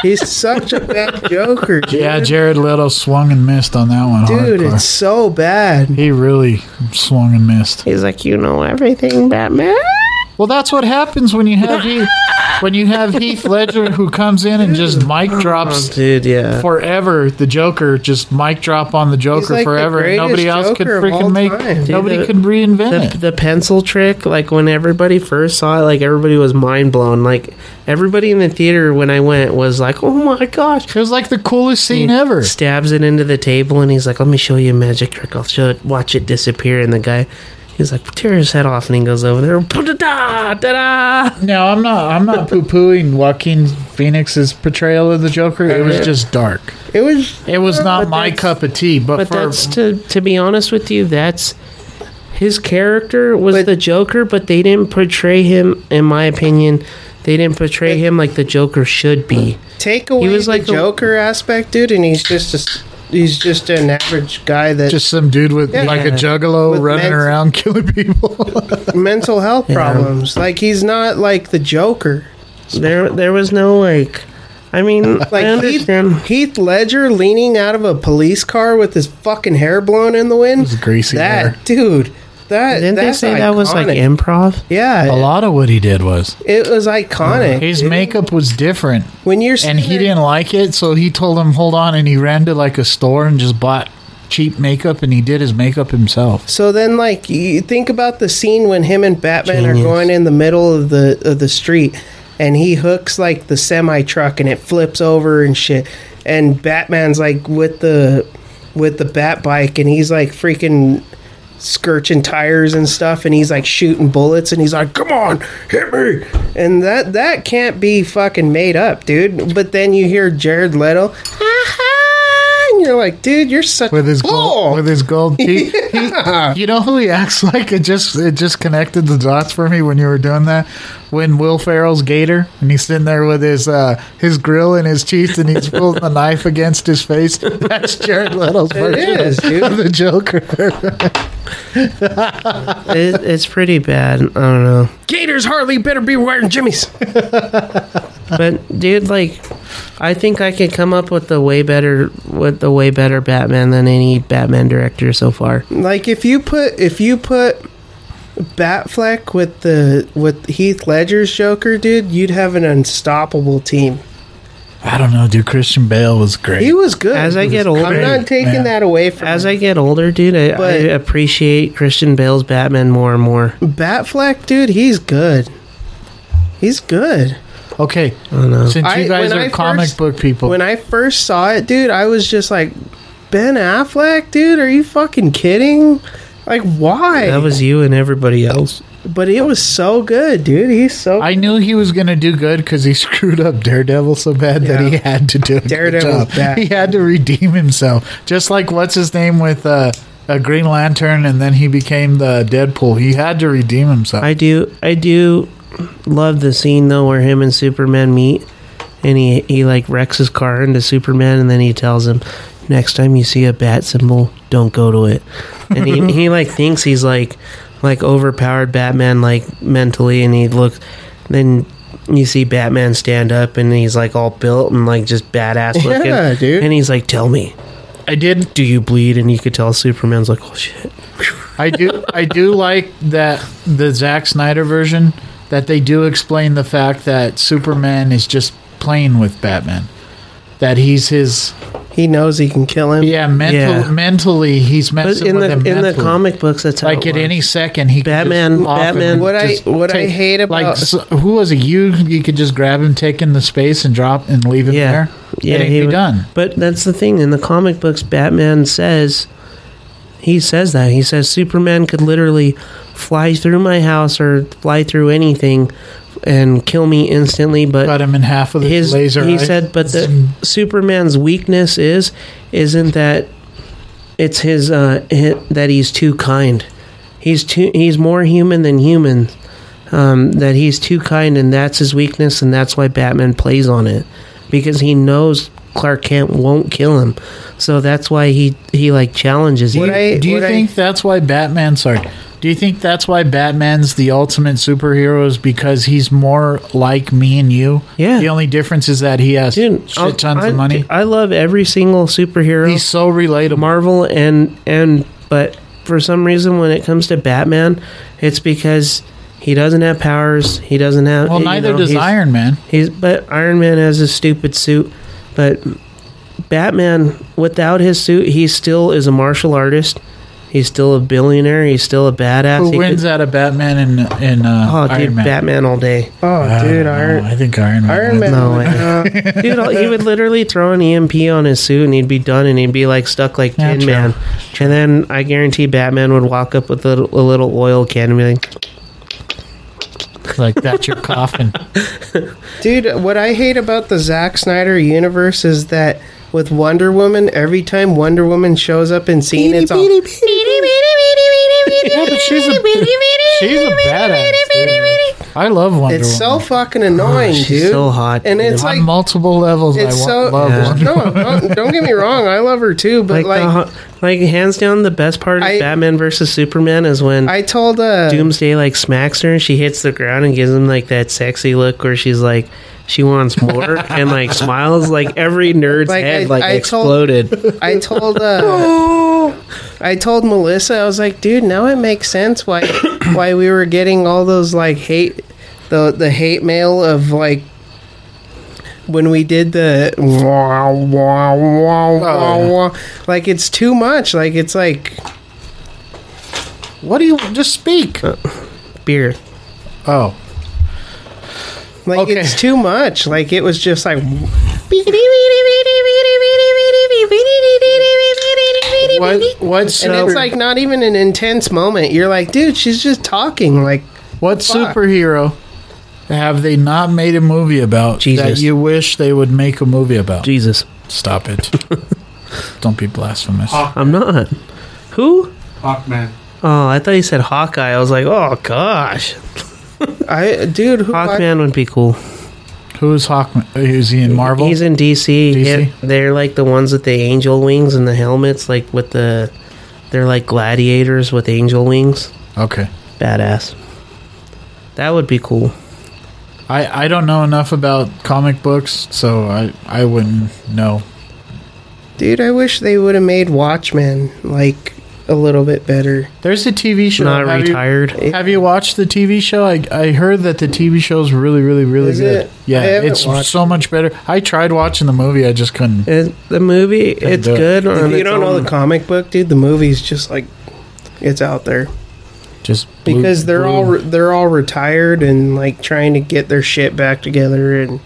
He's such a bad Joker, dude. yeah, Jared Leto swung and missed on that one. dude, hardcore. it's so bad. he really swung and missed. He's like, you know everything, Batman. Well, that's what happens when you have Heath, when you have Heath Ledger who comes in and just mic drops Oh, Dude, yeah. forever the Joker, just mic drop on the He's Joker like the forever, and nobody greatest else could Joker of all freaking make time. Dude, nobody the- could reinvent the, it. the pencil trick like when everybody first saw it like everybody was mind blown like everybody in the theater when i went was like oh my gosh It was like the coolest scene ever. stabs it into the table and he's like let me show you a magic trick i'll show it watch it disappear and the guy he's like tear his head off and he goes over there da da da No, I'm not. I'm not poo pooing Joaquin Phoenix's portrayal of the Joker. It was just dark. It was It was not but my that's- cup of tea. But, but for that's to to be honest with you that's his character was the joker but they didn't portray him in my opinion they didn't portray him like the joker should be take away He was like a- the Joker aspect, dude, and he's just a, s- he's just an average guy that just some dude with like a juggalo With running legs. around killing people. mental health problems. Like he's not like the Joker. There, there was no like. I mean, I Like Heath, understand. Heath Ledger leaning out of a police car with his fucking hair blown in the wind. His greasy that hair. dude. That Didn't they that's say that was like iconic. improv? yeah, a lot of what he did was it was iconic. Uh-huh. his makeup was different, when you're and he didn't like it. So he told him, "Hold on," and he ran to like a store and just bought cheap makeup, and he did his makeup himself. So then, like, you think about the scene when him and Batman Genius. are going in the middle of the of the street, and he hooks like the semi truck, and it flips over and shit. And Batman's like with the with the bat bike, and he's like freaking scorching tires and stuff, and he's like shooting bullets, and he's like, "Come on, hit me!" And that that can't be fucking made up, dude. But then you hear Jared Leto. And you're like, dude, you're such with his a gold, bull. with his gold teeth. He- you know who he acts like? It just it just connected the dots for me when you were doing that. When Will Ferrell's Gator, and he's sitting there with his uh, his grill in his teeth, and he's pulling the knife against his face. That's Jared Leto's version is, dude. of the Joker. It, it's pretty bad. I don't know. Gators Harley better be wearing jimmies. But dude, like, I think I could come up with the way better with the way better Batman than any Batman director so far. Like if you put if you put Batfleck with the with Heath Ledger's Joker, dude, you'd have an unstoppable team. I don't know, dude. Christian Bale was He great. was good. As I get I'm older, not taking man. that away from as I get older, dude, I, I But- appreciate Christian Bale's Batman more and more. Batfleck, dude. He's good. He's good. Okay, know. since I- you guys when are I comic first- book people, When I first saw it, dude, I was just like, Ben Affleck, dude. Are you fucking kidding? Like why? That was you and everybody else. but it was so good, dude. He's so I knew he was going to do good because he screwed up Daredevil so bad that he had to do a good Daredevil's job. back. He had to redeem himself, just like what's his name with uh, a Green Lantern, and then he became the Deadpool. He had to redeem himself. I do I do love the scene though where him and Superman meet and he, he like wrecks his car into Superman and then he tells him next time you see a bat symbol don't go to it and he, he like thinks he's like like overpowered Batman like mentally and he looks then you see Batman stand up and he's like all built and like just badass looking Yeah, dude. and he's like tell me I did do you bleed and you could tell Superman's like oh shit I do I do like that the Zack Snyder version that they do explain the fact that Superman is just playing with Batman. That he's his He knows he can kill him. yeah, mental Yeah. mentally he's but messing in with the him in the mentally. comic books that's how like it at works. any second he could Batman- just off Batman- and What I just what I take- hate like about s- who was it you you could just grab him take him to space and drop and leave him Yeah. there Yeah, it ain't he be would- done But that's the thing. In the comic books, Batman says he says that he says Superman could literally fly through my house or fly through anything and kill me instantly. But cut him in half with his his laser he eye. said, but the Superman's weakness is isn't that it's his uh hi that he's too kind. He's too he's more human than human. Um, that he's too kind and that's his weakness and that's why Batman plays on it because he knows Clark Kent won't kill him. So that's why he he like challenges Do you. What you, I- do you what I- think that's why Batman? Sorry. Do you think that's why Batman's the ultimate superhero is because he's more like me and you? Yeah. The only difference is that he has Dude, shit I'll- tons I, of money. I love every single superhero. he's so relatable. Marvel and and but for some reason when it comes to Batman, it's because he doesn't have powers. He doesn't have well, you neither know, does he's- Iron Man. He's but Iron Man has a stupid suit, but Batman without his suit, he still is a martial artist. He's still a billionaire. He's still a badass. Who He wins could- out of Batman and and uh, Oh, Iron dude, Man? Batman all day. oh dude, I, Iron I think Iron Man. Iron Man. No would, way. uh, Dude, he would literally throw an EMP on his suit and he'd be done and he'd be like stuck like Yeah, Tin true. Man. And then I guarantee Batman would walk up with a little, a little oil can and be like, Like that's your coffin. Dude, what I hate about the Zack Snyder universe is that with Wonder Woman, every time Wonder Woman shows up in scene, it's all. yeah, but she's a she's a badass. dude. I love Wonder It's so Woman. fucking annoying, she's dude. so hot, and dude. it's on like multiple levels. I it's wa- so. love no, Wonder don't, don't get me wrong, I love her too, but like, like, the ho- like hands down, the best part of I- Batman versus Superman is when I told uh, Doomsday like smacks her and she hits the ground and gives him like that sexy look where she's like, she wants more and like smiles like every nerd's Like, I- head like I told- exploded. I told uh, I told Melissa, I was like, dude, now it makes sense why why we were getting all those like hate the the hate mail of like when we did the wah, wah, wah, wah, wah. like it's too much. Like it's like Woman. What do you just speak? Beer. Uh, Oh. like Okay. it's too much. Like it was just like What, what's and super- it's like not even an intense moment. You're like, dude, she's just talking. Like what fuck. superhero have they not made a movie about Jesus. that you wish they would make a movie about? Jesus. Stop it! Don't be blasphemous. I'm not. Who? Hawkman. Oh, I thought you said Hawkeye. I was like, oh gosh, I dude, who Hawkman would be cool. Who's Hawkman? Uh, Is he in Marvel? He's in DC. DC? Yeah, they're like the ones with the angel wings and the helmets, like with the. They're like gladiators with angel wings. okay. Badass. That would be cool. I, I don't know enough about comic books, so I, I wouldn't know. Dude, I wish they would have made Watchmen like a little bit better. There's a TV show. Not Have you- retired. Have you watched the TV show? I, I heard that the TV show's really, really, really Is good. it? Yeah, I haven't it's watched so much better. I tried watching the movie, I just couldn't. It- the movie, Couldn't it's do it. good. on If you its don't know own. the comic book, dude, the movie's just like it's out there Just blew- because they're blew- all re- they're all retired and like trying to get their shit back together and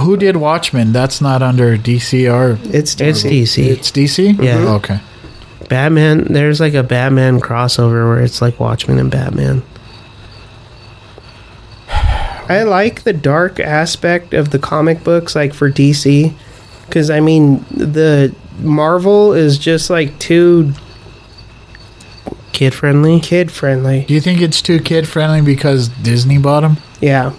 Who did Watchmen? That's not under DC or it's it's DC. DC. it's DC. Yeah. Mm-hmm. Oh, okay. Batman. There's like a Batman crossover where it's like Watchmen and Batman. I like the dark aspect of the comic books like for DC cuz I mean the Marvel is just like too kid friendly. Kid friendly. Do you think it's too kid friendly because Disney bought them? Yeah.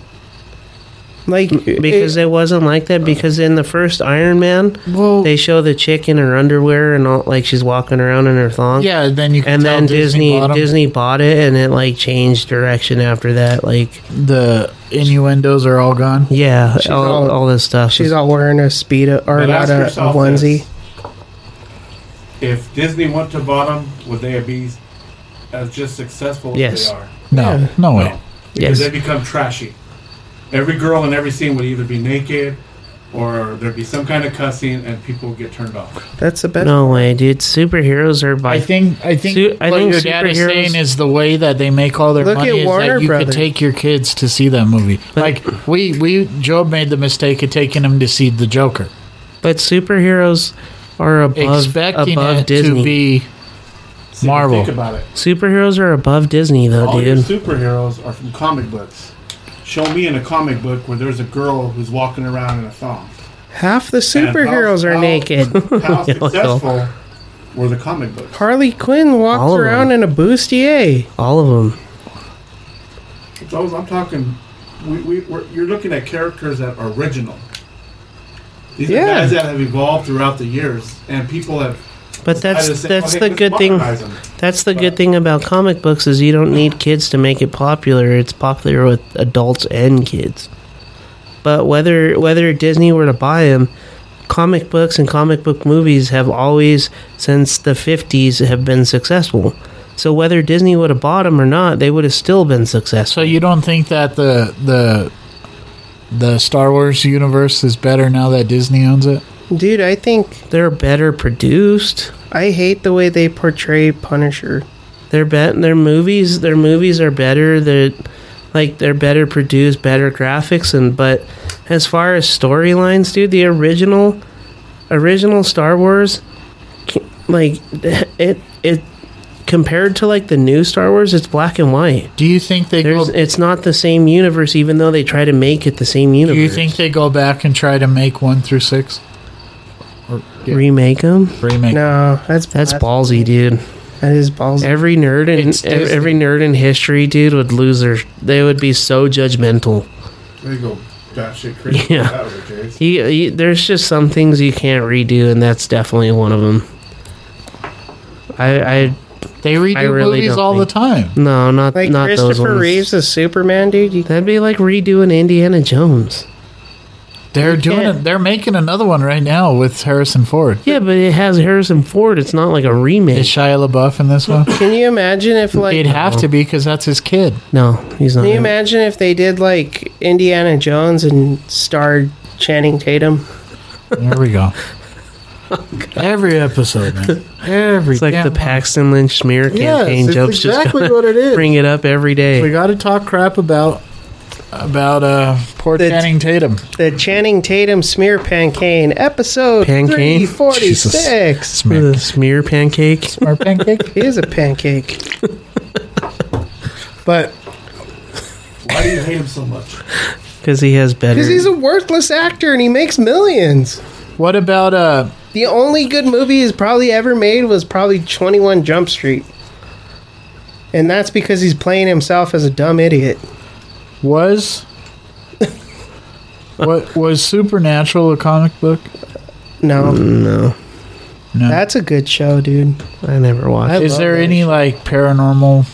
Like Because it- it wasn't like that. Because in the first Iron Man, Well, they show the chick in her underwear and all, like she's walking around in her thong. yeah. Then you can And tell then Disney Disney bought bought, 'em. it, and it like changed direction after that. Like, the innuendos are all gone. yeah, all, all- all, this stuff. she's all wearing a speed or But not ask a, a yourself onesie. this. If Disney went to bottom, would they be as just successful as Yes. they are? No, no way. No. Because Yes. they become trashy. Every girl in every scene would either be naked or there'd be some kind of cussing and people would get turned off. That's the best. no way, dude. Superheroes are by I think I think Su- I what think your dad is superheroes- saying is the way that they make all their Look money at is Warner that you Brothers. could take your kids to see that movie. like we we Job made the mistake of taking him to see the Joker, But superheroes are above expecting above it Disney. to be See, Marvel. Think about it. superheroes are above Disney though, All your dude. superheroes are from comic books. Show me in a comic book where there's a girl who's walking around in a thong. Half the superheroes And are how- naked. How successful were the comic books? Harley Quinn walks All of around in a bustier. All of them. Those I'm talking, we, we, we're, you're looking at characters that are original. These Yeah. are guys that have evolved throughout the years, and people have. But decided to that's say, that's "Oh, hey, the let's good thing. modernize 'em." That's the good thing about comic books is you don't need kids to make it popular. It's popular with adults and kids. But whether whether Disney were to buy them, comic books and comic book movies have always since the 50s have been successful. So whether Disney would have bought them or not, they would have still been So successful. you don't think that the the the Star Wars universe is better now that Disney owns it? Dude, I think They're better produced. I hate the way they portray Punisher. They're bet their movies their movies are better. They're like they're better produced, better graphics and but as far as storylines, dude, the original original Star Wars c- like it it compared to like the new Star Wars, it's black and white. Do you think they There's go, it's not the same universe even though they try to make it the same Do universe. you think they go back and try to make one through six or yeah, remake them? remake? No, that's That's ballsy, dude. That is balls. Every nerd in It's ev- Disney. every nerd in history, dude, would lose their they would be so judgmental. They go batshit crazy. Yeah. if That was the case. He, he, there's just some things you can't redo, and that's definitely one of them. I, I They I redo really movies don't all think- the time. no, not like not those Christopher ones. Reeves as Superman, dude. You, That'd be like redoing Indiana Jones. They're doing can't- it. They're making another one right now with Harrison Ford. Yeah, but it has Harrison Ford. It's not like a Is remake. Shia LaBeouf in this one? can you imagine if like He'd have to be because that's his kid. No, he's not. can in you it. imagine if they did like Indiana Jones and starred Channing Tatum? There we go. Every episode, man. Every Oh, It's like damn the one. Paxton Lynch smear campaign it's jokes. exactly just what it is. Bring it up every We day. got to talk crap about about uh poor That's- Channing Tatum. The Channing Tatum smear pancake episode Pancake? three forty six. Smack. The smear pancake. Or pancake. He is a pancake. But Why do you hate him so much? Because he has better. Because he's a worthless actor and he makes millions. what about uh The only good movie he's probably ever made was probably 21 Jump Street. And that's because he's playing himself as a dumb idiot. was what was Supernatural a comic book? No, no, No. that's a good show, dude. I never watched. I it. Is love there that any show. like paranormal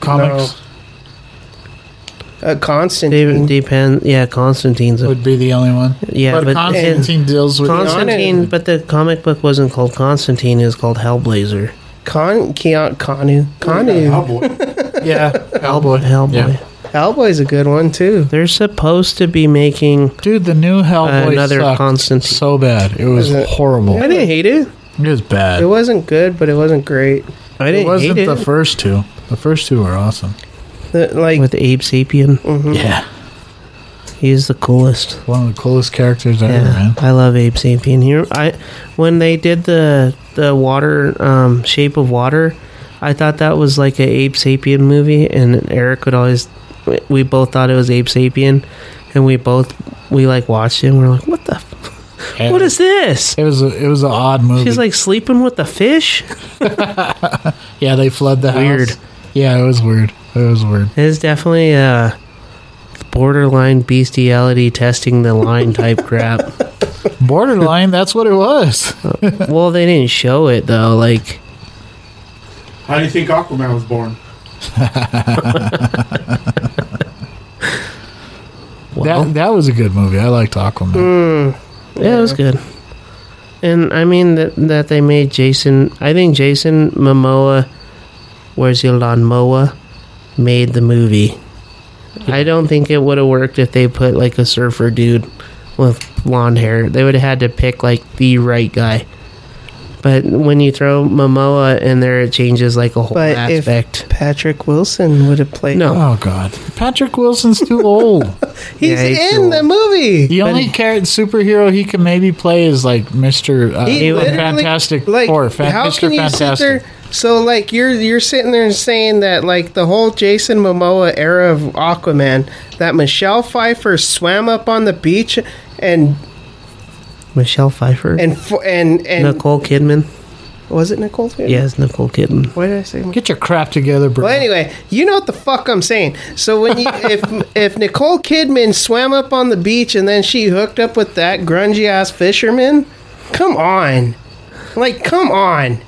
comics? A constant. David depends. Yeah, Constantine's. A, Would be the only one. yeah, but, but Constantine deals with Constantine, Keanu. but the comic book wasn't called Constantine. It was called Hellblazer. Con Keon Kanu Kanu. Hellboy. yeah, Hellboy. Hellboy. Yeah. Hellboy's a good one too. They're supposed to be making. Dude, the new Hellboy Another sucked Constantine. so bad. It was it- horrible. I didn't hate it. It was bad. It wasn't good, but it wasn't great. I It didn't wasn't hate the it first two. The first two were awesome. The- like with Abe Mm. Sapien. Yeah, He's the coolest. one of the coolest characters ever, Yeah, man. I love Abe Sapien. Here, I when they did the the water um, Shape of Water, I thought that was like a Abe Sapien movie, and Eric would always. we- We both thought it was Abe Sapien, and we both we like watched it. and We're like, what the. F-? What is this? It was a, it was an odd movie. She's like sleeping with the fish. yeah, they flood the house. Weird. Yeah, it was weird. It was weird. It is definitely uh borderline bestiality testing the line type crap. Borderline. that's what it was. Well, they didn't show it though. Like How do you think Aquaman was born? Well. that that was a good movie. I liked Aquaman. Yeah, it was good. And I mean that that they made Jason. I think Jason Momoa, where's your lawnmower, made the movie. I don't think it would have worked if they put like a surfer dude with blonde hair. They would have had to pick like the right guy. But when you throw Momoa in there, it changes like a whole But if- aspect. Patrick Wilson would have played. No. Oh God, Patrick Wilson's too old. he's Yeah, he's in old. the movie. The only character superhero he can maybe play is like Mister uh, He literally- Fantastic like, Four, Fan- how Mr. can you Fantastic. sit there? So like you're you're sitting there and saying that like the whole Jason Momoa era of Aquaman that Michelle Pfeiffer swam up on the beach and Michelle Pfeiffer Oh. and fo- and and Nicole Kidman. was it Nicole? Kidman? Yes, Nicole Kidman. Why did I say? Get your crap together, bro. Well, anyway, you know what the fuck I'm saying. So when you, if if Nicole Kidman swam up on the beach and then she hooked up with that grungy ass fisherman, come on, like come on,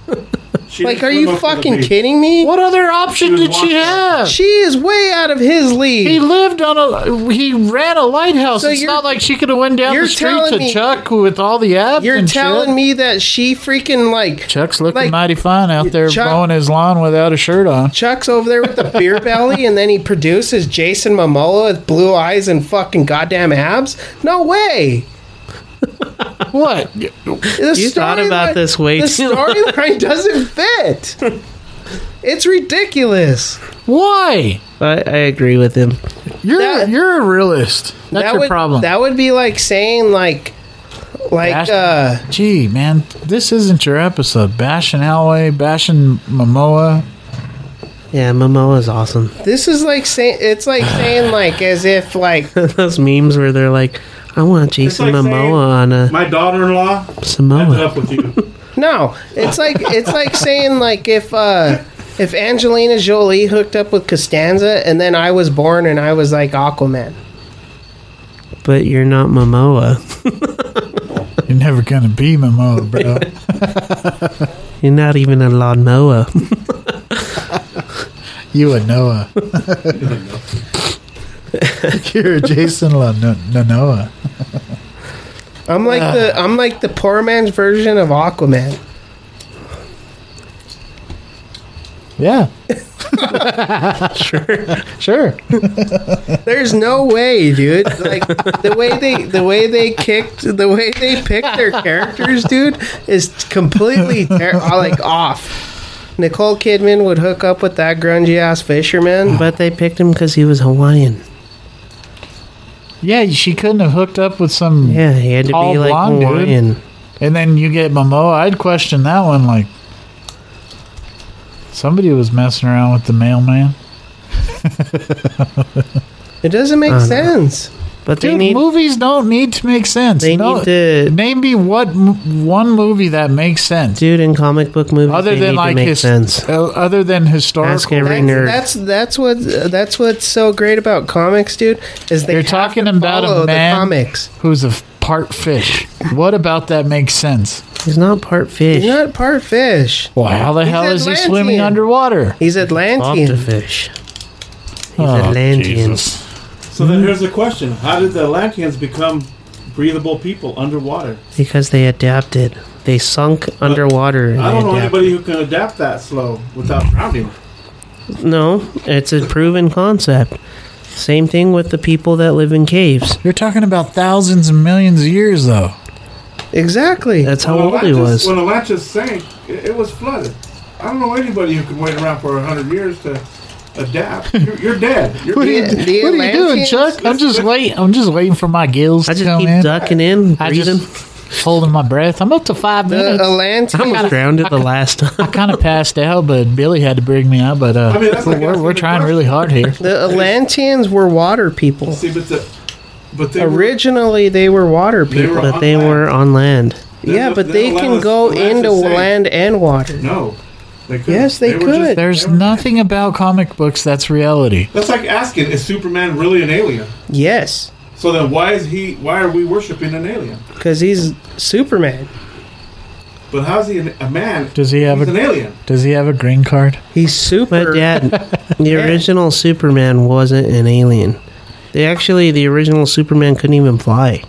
She like didn't are swim you up to the fucking beach. kidding me? What other option She was did she walking. have? She is way out of his He league. lived on a. He ran a lighthouse. So it's you're- not like she could have went down you're the street telling to me- Chuck with all the abs. You're and shit. telling me that she freaking like Chuck's looking like- mighty fine out there, Chuck- mowing his lawn without a shirt on. Chuck's over there with the beer belly, and then he produces Jason Momoa with blue eyes and fucking goddamn abs. No way. What? The You thought about storyline- this way The too storyline doesn't fit. It's ridiculous. Why? I, I agree with him. You're That- you're a realist. That's that your would, problem. That would be like saying like, like Bash- uh, Gee, man, this isn't your episode. Bashing Alway, bashing Momoa. Yeah, Momoa's awesome. this is like saying it's like saying like as if like those memes where they're like, I want It's Jason like saying, Momoa on a My daughter-in-law ended Samoa. up with you. no, it's like it's like saying like if uh if Angelina Jolie hooked up with Costanza and then I was born and I was like Aquaman. But you're not Momoa. You're never gonna be Momoa, bro. You're not even a lawnmower. you a Noah. You're a Jason La no, no Noah. I'm like the I'm like the poor man's version of Aquaman. Yeah. sure. Sure. There's no way, dude. Like the way they the way they kicked the way they picked their characters, dude, is completely ter- like off. Nicole Kidman would hook up with that grungy ass fisherman. but they picked him because he was Hawaiian. Yeah, she couldn't have hooked up with some. Yeah, he had to Tall be like blonde dude. Hawaiian. And then you get Momoa. I'd question that one. Like, somebody was messing around with the mailman. It doesn't make Oh, no. sense. But they Dude, need movies don't need to make sense. they No- need to Name me what m- one movie that makes sense dude in comic book movies. other they than need to like make his, sense. uh, other than Ask historical. every nerd. That's, that's that's what that's what's so great about comics, dude. Is they You're have to talking about follow a man the comics. who's a f- part fish. what about that makes sense? He's not part fish. He's not part fish. Well, how the hell is he Atlantean. swimming underwater? Oh, He's Octofish. Atlantean. He's Atlantean. So then here's the question: How did the Atlanteans become breathable people underwater? Because they adapted. They sunk Uh, underwater. and I they don't know adapted. anybody who can adapt that slow without drowning. No, it's a proven concept. Same thing with the people that live in caves. You're talking about thousands and millions of years, though. Exactly. That's how old he Atlantis- was. When Atlantis sank, it, it was flooded. I don't know anybody who can wait around for hundred years to adapt. You're, you're dead. You're What are you, dead. The- the what are you doing, Atlanteans- Chuck? I'm just waiting. I'm just waiting for my gills I to just come keep in. ducking in, I breathing. just holding my breath. I'm up to five the minutes. I Atlantean. almost drowned it the last I time. kind of passed out, but Billy had to bring me up. But uh, I mean, that's like we're, asking we're the trying question. really hard here. The Atlanteans were water people. See, but the, But they were- Originally, they were water They people. were But they were on land. yeah, the- but the they can Atlantis- go Atlantis into is saying, land and water. No, they could. Yes, they could. There's nothing about comic books that's reality. that's like asking: Is Superman really an alien? Yes, So then, why is he? Why are we worshiping an alien? because he's Superman. But how's he an, a man? Does he have He's an a alien. Does he have a green card? He's super. But yeah, the original Superman wasn't an alien. They actually, the original Superman couldn't even fly.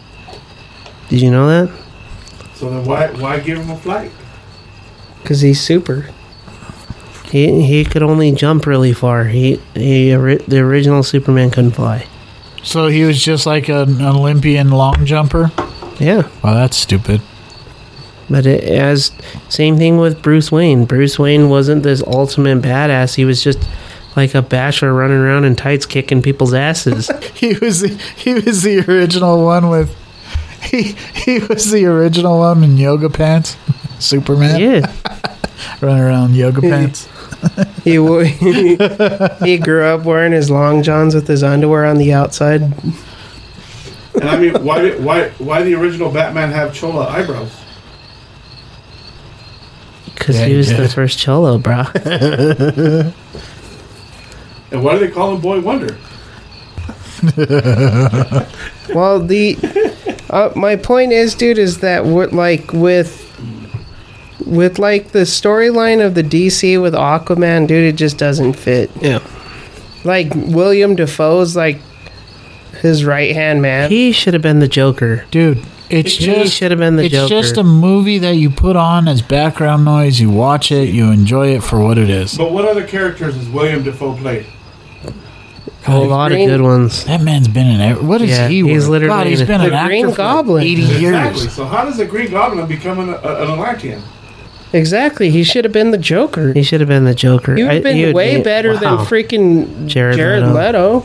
Did you know that? So then, why why give him a flight? Because he's super. He he could only jump really far. He he ori- the original Superman couldn't fly. So he was just like an Olympian long jumper. Yeah, Wow, that's stupid. but it, as same thing with Bruce Wayne. Bruce Wayne wasn't this ultimate badass. He was just like a basher running around in tights kicking people's asses. He was the, he was the original one with he he was the original one in yoga pants. Superman yeah, running around in yoga pants. He wo- he grew up wearing his long johns with his underwear on the outside. And I mean, why did- why why the original Batman have chola eyebrows? because Yeah, he he was the did. first Cholo, bro. And why do they call him Boy Wonder? Well, the uh, my point is, dude, is that what like with with like the storyline of the DC with Aquaman, dude, it just doesn't fit. Yeah. Like William Defoe's like his right hand man. He should have been the Joker. Dude, it's He just should have been the it's Joker. just a movie that you put on as background noise. You watch it, you enjoy it for what it is. But what other characters is William Defoe played? A lot of Green- good ones. That man's been in every. What is Yeah, he? he's worth? literally God, he's in been The an actor Green for Goblin. eighty Exactly. years. So how does the Green Goblin become an, a, an Atlantean? Exactly. He should have been the Joker. He should have been the Joker. He would I- have been he would way be- better than wow. freaking Jared Jared, Leto. Leto.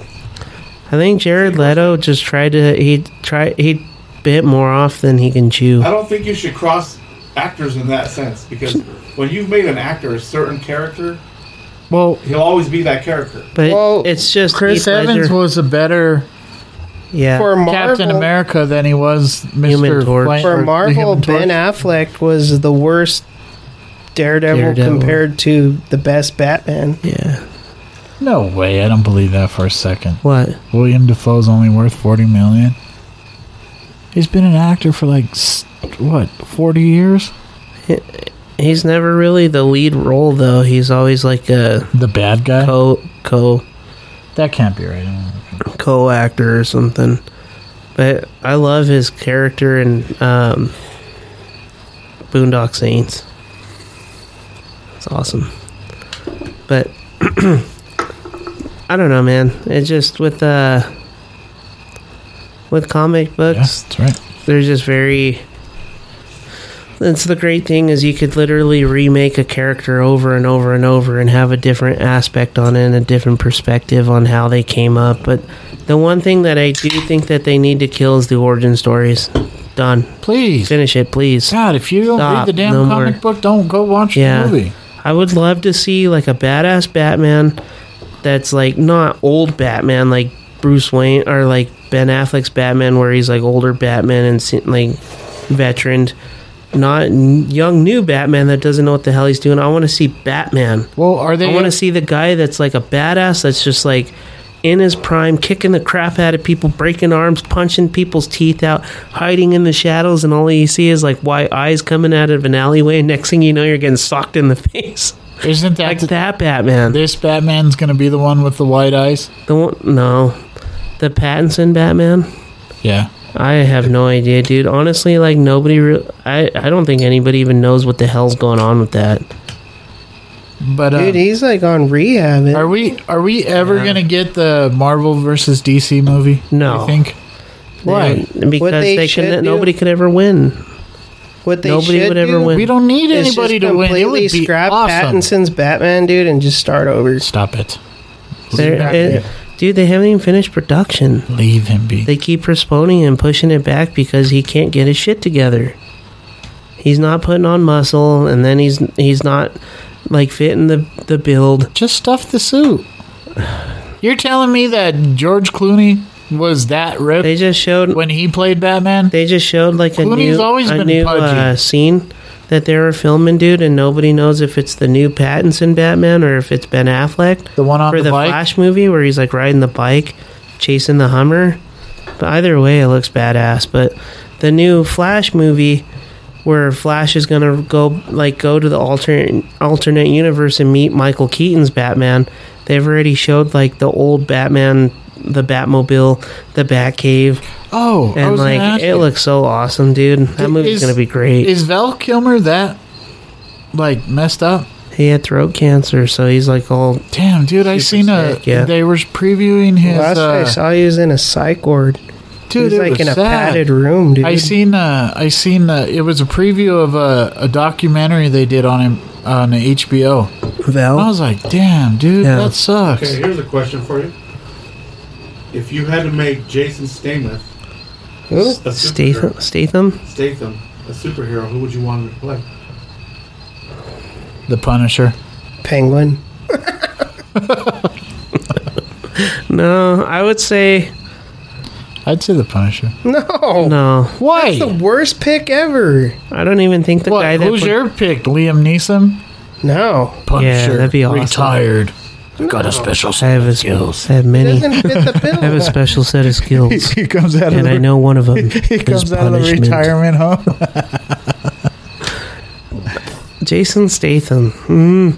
I think Jared Leto just tried to. He tried. He bit more off than he can chew. Uh, I don't think you should cross actors in that sense because when you've made an actor a certain character, Well, he'll always be that character. But Well, it's just Chris Heath Ledger- Evans was a better yeah. For Marvel, Captain America than he was Mr. Human Torch. Flan- or for the Marvel, Human Torch. Ben Affleck was the worst Daredevil, Daredevil. compared to the best Batman. yeah. No way, I don't believe that for a second. What? William Defoe's only worth forty million. He's been an actor for like s- what forty years. He's never really the lead role though. He's always like a The bad guy. co co That can't be right. co actor or something. But I love his character in um, Boondock Saints. It's awesome. But I don't know, man. It just with uh with comic Yeah, books, that's right. they're just very. That's the great thing is you could literally remake a character over and over and over and have a different aspect on it and a different perspective on how they came up. But the one thing that I do think that they need to kill is the origin stories. Done. Please, Finish it, please. God, if you don't Stop, read the damn no comic book, don't go watch Yeah. the movie. I would love to see like a badass Batman that's like not old Batman, like Bruce Wayne or like Ben Affleck's Batman, where he's like older Batman and se- like veteran, not n- young new Batman that doesn't know what the hell he's doing. I want to see Batman. Well, are they? I want to see the guy that's like a badass that's just like in his prime, kicking the crap out of people, breaking arms, punching people's teeth out, hiding in the shadows, and all you see is like white eyes coming out of an alleyway. And next thing you know, you're getting socked in the face. Isn't that Like the- that Batman. this Batman's going to be the one with the white eyes? The one, no. The Pattinson Batman? Yeah. I have no idea, dude. Honestly, like nobody re- I I don't think anybody even knows what the hell's going on with that. But uh, Dude, he's like on rehab. are we are we ever going to get the Marvel versus DC movie? No. I think. Why? And Because they, can they should do- nobody could ever win. what they nobody should would ever do win. We don't need is anybody just to win. It would completely be scrap awesome. Pattinson's Batman, dude, and just start over. Stop it. They're- back it- here. dude, they haven't even finished production. Leave him be. They keep postponing and pushing it back because he can't get his shit together. He's not putting on muscle and then he's he's not like fitting the the build. Just stuff the suit. You're telling me that George Clooney was that ripped They just showed when he played Batman? they just showed like a Clooney's new always a been new pudgy. uh, scene that they were filming, dude, and nobody knows if it's the new Pattinson Batman or if it's Ben Affleck the one on for the, the bike. Flash movie where he's like riding the bike, chasing the Hummer. But either way, it looks badass. But the new Flash movie where Flash is gonna go like go to the alternate alternate universe and meet Michael Keaton's Batman. They've already showed like the old Batman, the Batmobile, the Batcave. Oh, I And was gonna like ask it you. looks so awesome, dude. That movie's Is- gonna be great. Is Val Kilmer that like messed up? he had throat cancer, so he's like all. Damn, dude, I seen a. sick, yeah. They were previewing his. Last I uh, saw he was in a psych ward. He dude, was it like was in a sad. padded room, dude. I seen. Uh, I seen. Uh, it was a preview of a, a documentary they did on him on HBO. And I Val? was like, damn, dude, Yeah. that sucks. Okay, here's a question for you. If you had to make Jason Statham, Who? a superhero, Statham? Statham? Statham, a superhero, who would you want him to play? The Punisher. Penguin. No, I would say I'd say the Punisher. No. no. Why? That's the worst pick ever. I don't even think the What, guy that who's put- your pick? Liam Neeson. No. Punisher. that'd be awesome. Retired. Got a special I set have of a skills. I have many. Doesn't fit the I have bill. a special set of skills, He comes out and I know one of them He is comes out of the punishment. retirement home. Jason Statham. Hmm.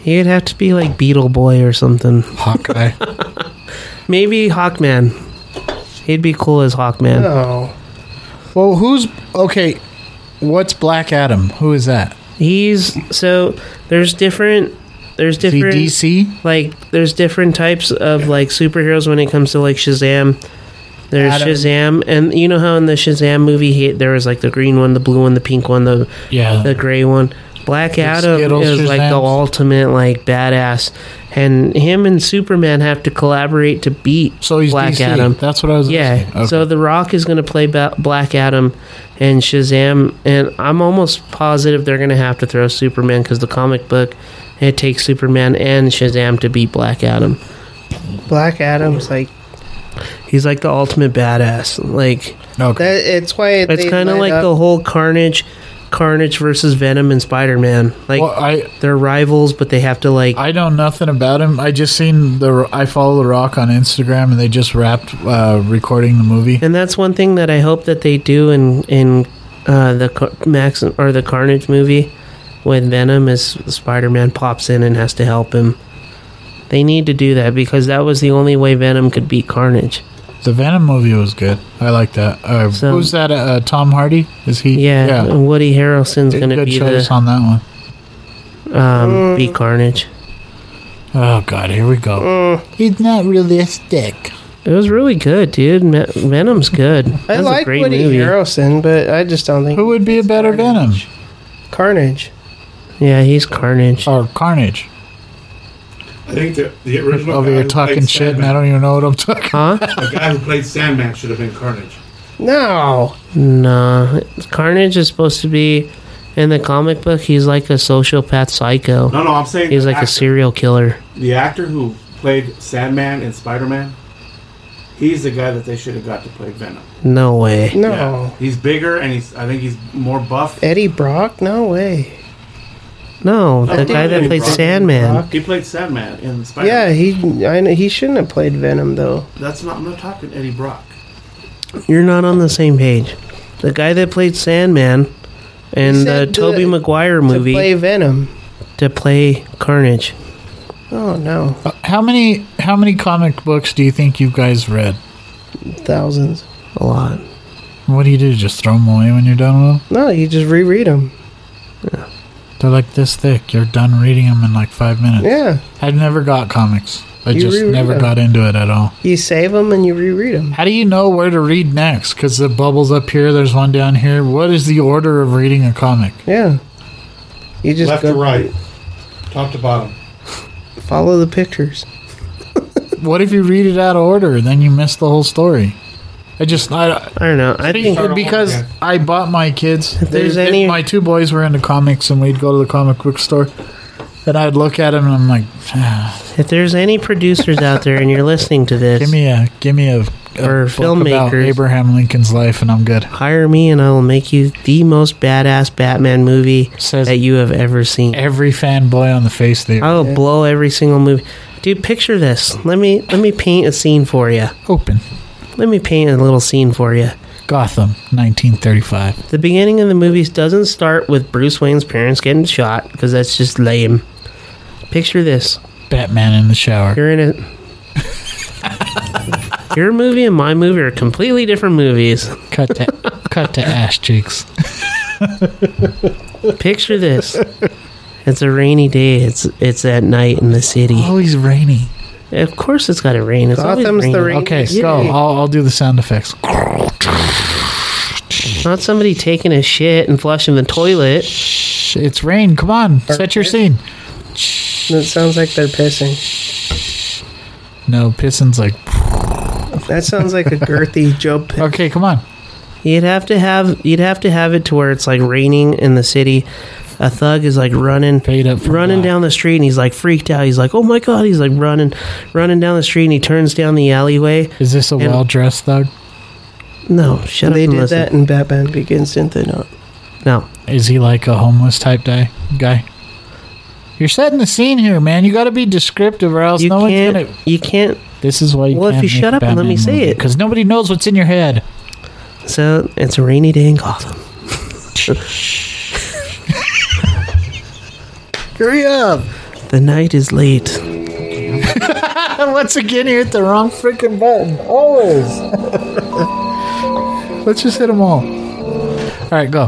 He'd have to be like Beetle Boy or something. Hawkeye. Maybe Hawkman. He'd be cool as Hawkman. No. well, who's okay? What's Black Adam? Who is that? He's so there's different there's Is he different DC? like there's different types of like superheroes when it comes to like Shazam. There's Adam. Shazam, and you know how in the Shazam movie he, there was like the green one, the blue one, the pink one, the Yeah. the gray one. Black Adam Skittles is like the Shazams. ultimate like badass, and him and Superman have to collaborate to beat so he's Black DC. Adam. That's what I was. Yeah. asking. Okay. So The Rock is going to play ba- Black Adam and Shazam, and I'm almost positive they're going to have to throw Superman because the comic book it takes Superman and Shazam to beat Black Adam. Black Adam's like He's like the ultimate badass. Like okay. that. It's why it's kind of like the whole Carnage, Carnage versus Venom and Spider Man. Like well, I they're rivals, but they have to like. I know nothing about him. I just seen the I follow the Rock on Instagram, and they just wrapped uh, recording the movie. and that's one thing that I hope that they do in in uh, the Car- Max or the Carnage movie when Venom is Spider Man pops in and has to help him. They need to do that because that was the only way Venom could beat Carnage. The Venom movie was good. I like that. Uh, So- who's that? Uh, Tom Hardy? Is he? Yeah, and Woody Harrelson's Good- going to good be choice the on that one. um, beat Carnage. Oh God, here we go. Mm. He's not realistic. It was really good, dude. Me- Venom's good. I That was a like great Woody movie. Harrelson, but I just don't think Who would be a better Venom Carnage. Yeah, he's Carnage. or Carnage? I think the, the original Oh, Over guy here who talking played shit, and I Sandman- don't even know what I'm talking. Huh? The guy who played Sandman should have been Carnage. No. no, Carnage is supposed to be in the comic book. He's like a sociopath psycho. No, no, I'm saying He's the like a actor. serial killer. The actor who played Sandman and Spider Man, he's the guy that they should have got to play Venom. No way. No. Yeah. He's bigger and he's I think he's more buff. Eddie Brock? No way. No, I the think guy it that was played Brock. Sandman. He played Sandman in Spider Yeah, Man. he I know, he shouldn't have played Venom though. That's not I'm not talking Eddie Brock. You're not on the same page. The guy that played Sandman in the said Toby the- Maguire To movie play Venom. to play Carnage. Oh no. about. How many How many comic books do you think you guys read? Thousands. A lot. What do you do? Just throw them away when you're done with them? No, you just reread them. They're like this thick. You're done reading them in like five minutes. Yeah. I never got comics. I You just reread never them. got into it at all. You save them and you reread them. How do you know where to read next? Because the bubble's up here. There's one down here. What is the order of reading a comic? Yeah. You just Left go to right. Top to bottom. follow the pictures. What if you read it out of order? Then you miss the whole story. I just I, I don't know. I think Start all because over again. I bought my kids. If there's any- my two boys were into comics, and we'd go to the comic book store, and I'd look at them, and I'm like, "Ah, If there's any producers out there and you're listening to this, Give me a give me a, Or a book about filmmakers. Abraham Lincoln's life, and I'm good. hire me and I will make you the most badass Batman movie Says- that you have ever seen. Every fanboy on the face there. I will blow every single movie. Dude, picture this. Let me let me paint a scene for you. Open Let me paint a little scene for you. Gotham, 1935. The beginning of the movies doesn't start with Bruce Wayne's parents getting shot because that's just lame. Picture this. Batman in the shower. You're in it. Your movie and my movie are completely different movies. Cut to cut to ass cheeks. Picture this. It's a rainy day. It's it's at night in the city. Always Oh, rainy. Of course, it's got to rain. It's always Gotham's the raining. uh, rain- Okay, so I'll, I'll do the sound effects. Not somebody taking a shit and flushing the toilet. Shh, It's rain. Come on, set your scene. It sounds like they're pissing. No, pissing's like That sounds like a girthy Joe. P- okay. Come on. You'd have to have you'd have to have it to where it's like raining in the city. A thug is like running, Paid up for running that. down the street, and he's like freaked out. He's like, "Oh my god!" He's like running, running down the street, and he turns down the alleyway. Is this a And- well dressed thug? No, shut up. They and did listen. that in Batman Begins, didn't they? Not. No, Is he like a homeless type guy? Guy. You're setting the scene here, man. You got to be descriptive, or else you no one's can't. gonna. You can't. This is why you Well, if can't you shut up and let me say it. because nobody knows what's in your head. So it's a rainy day in Gotham. Hurry up! The night is late. Once again, you hit the wrong freaking button. Always. Let's just hit them all. All right, go.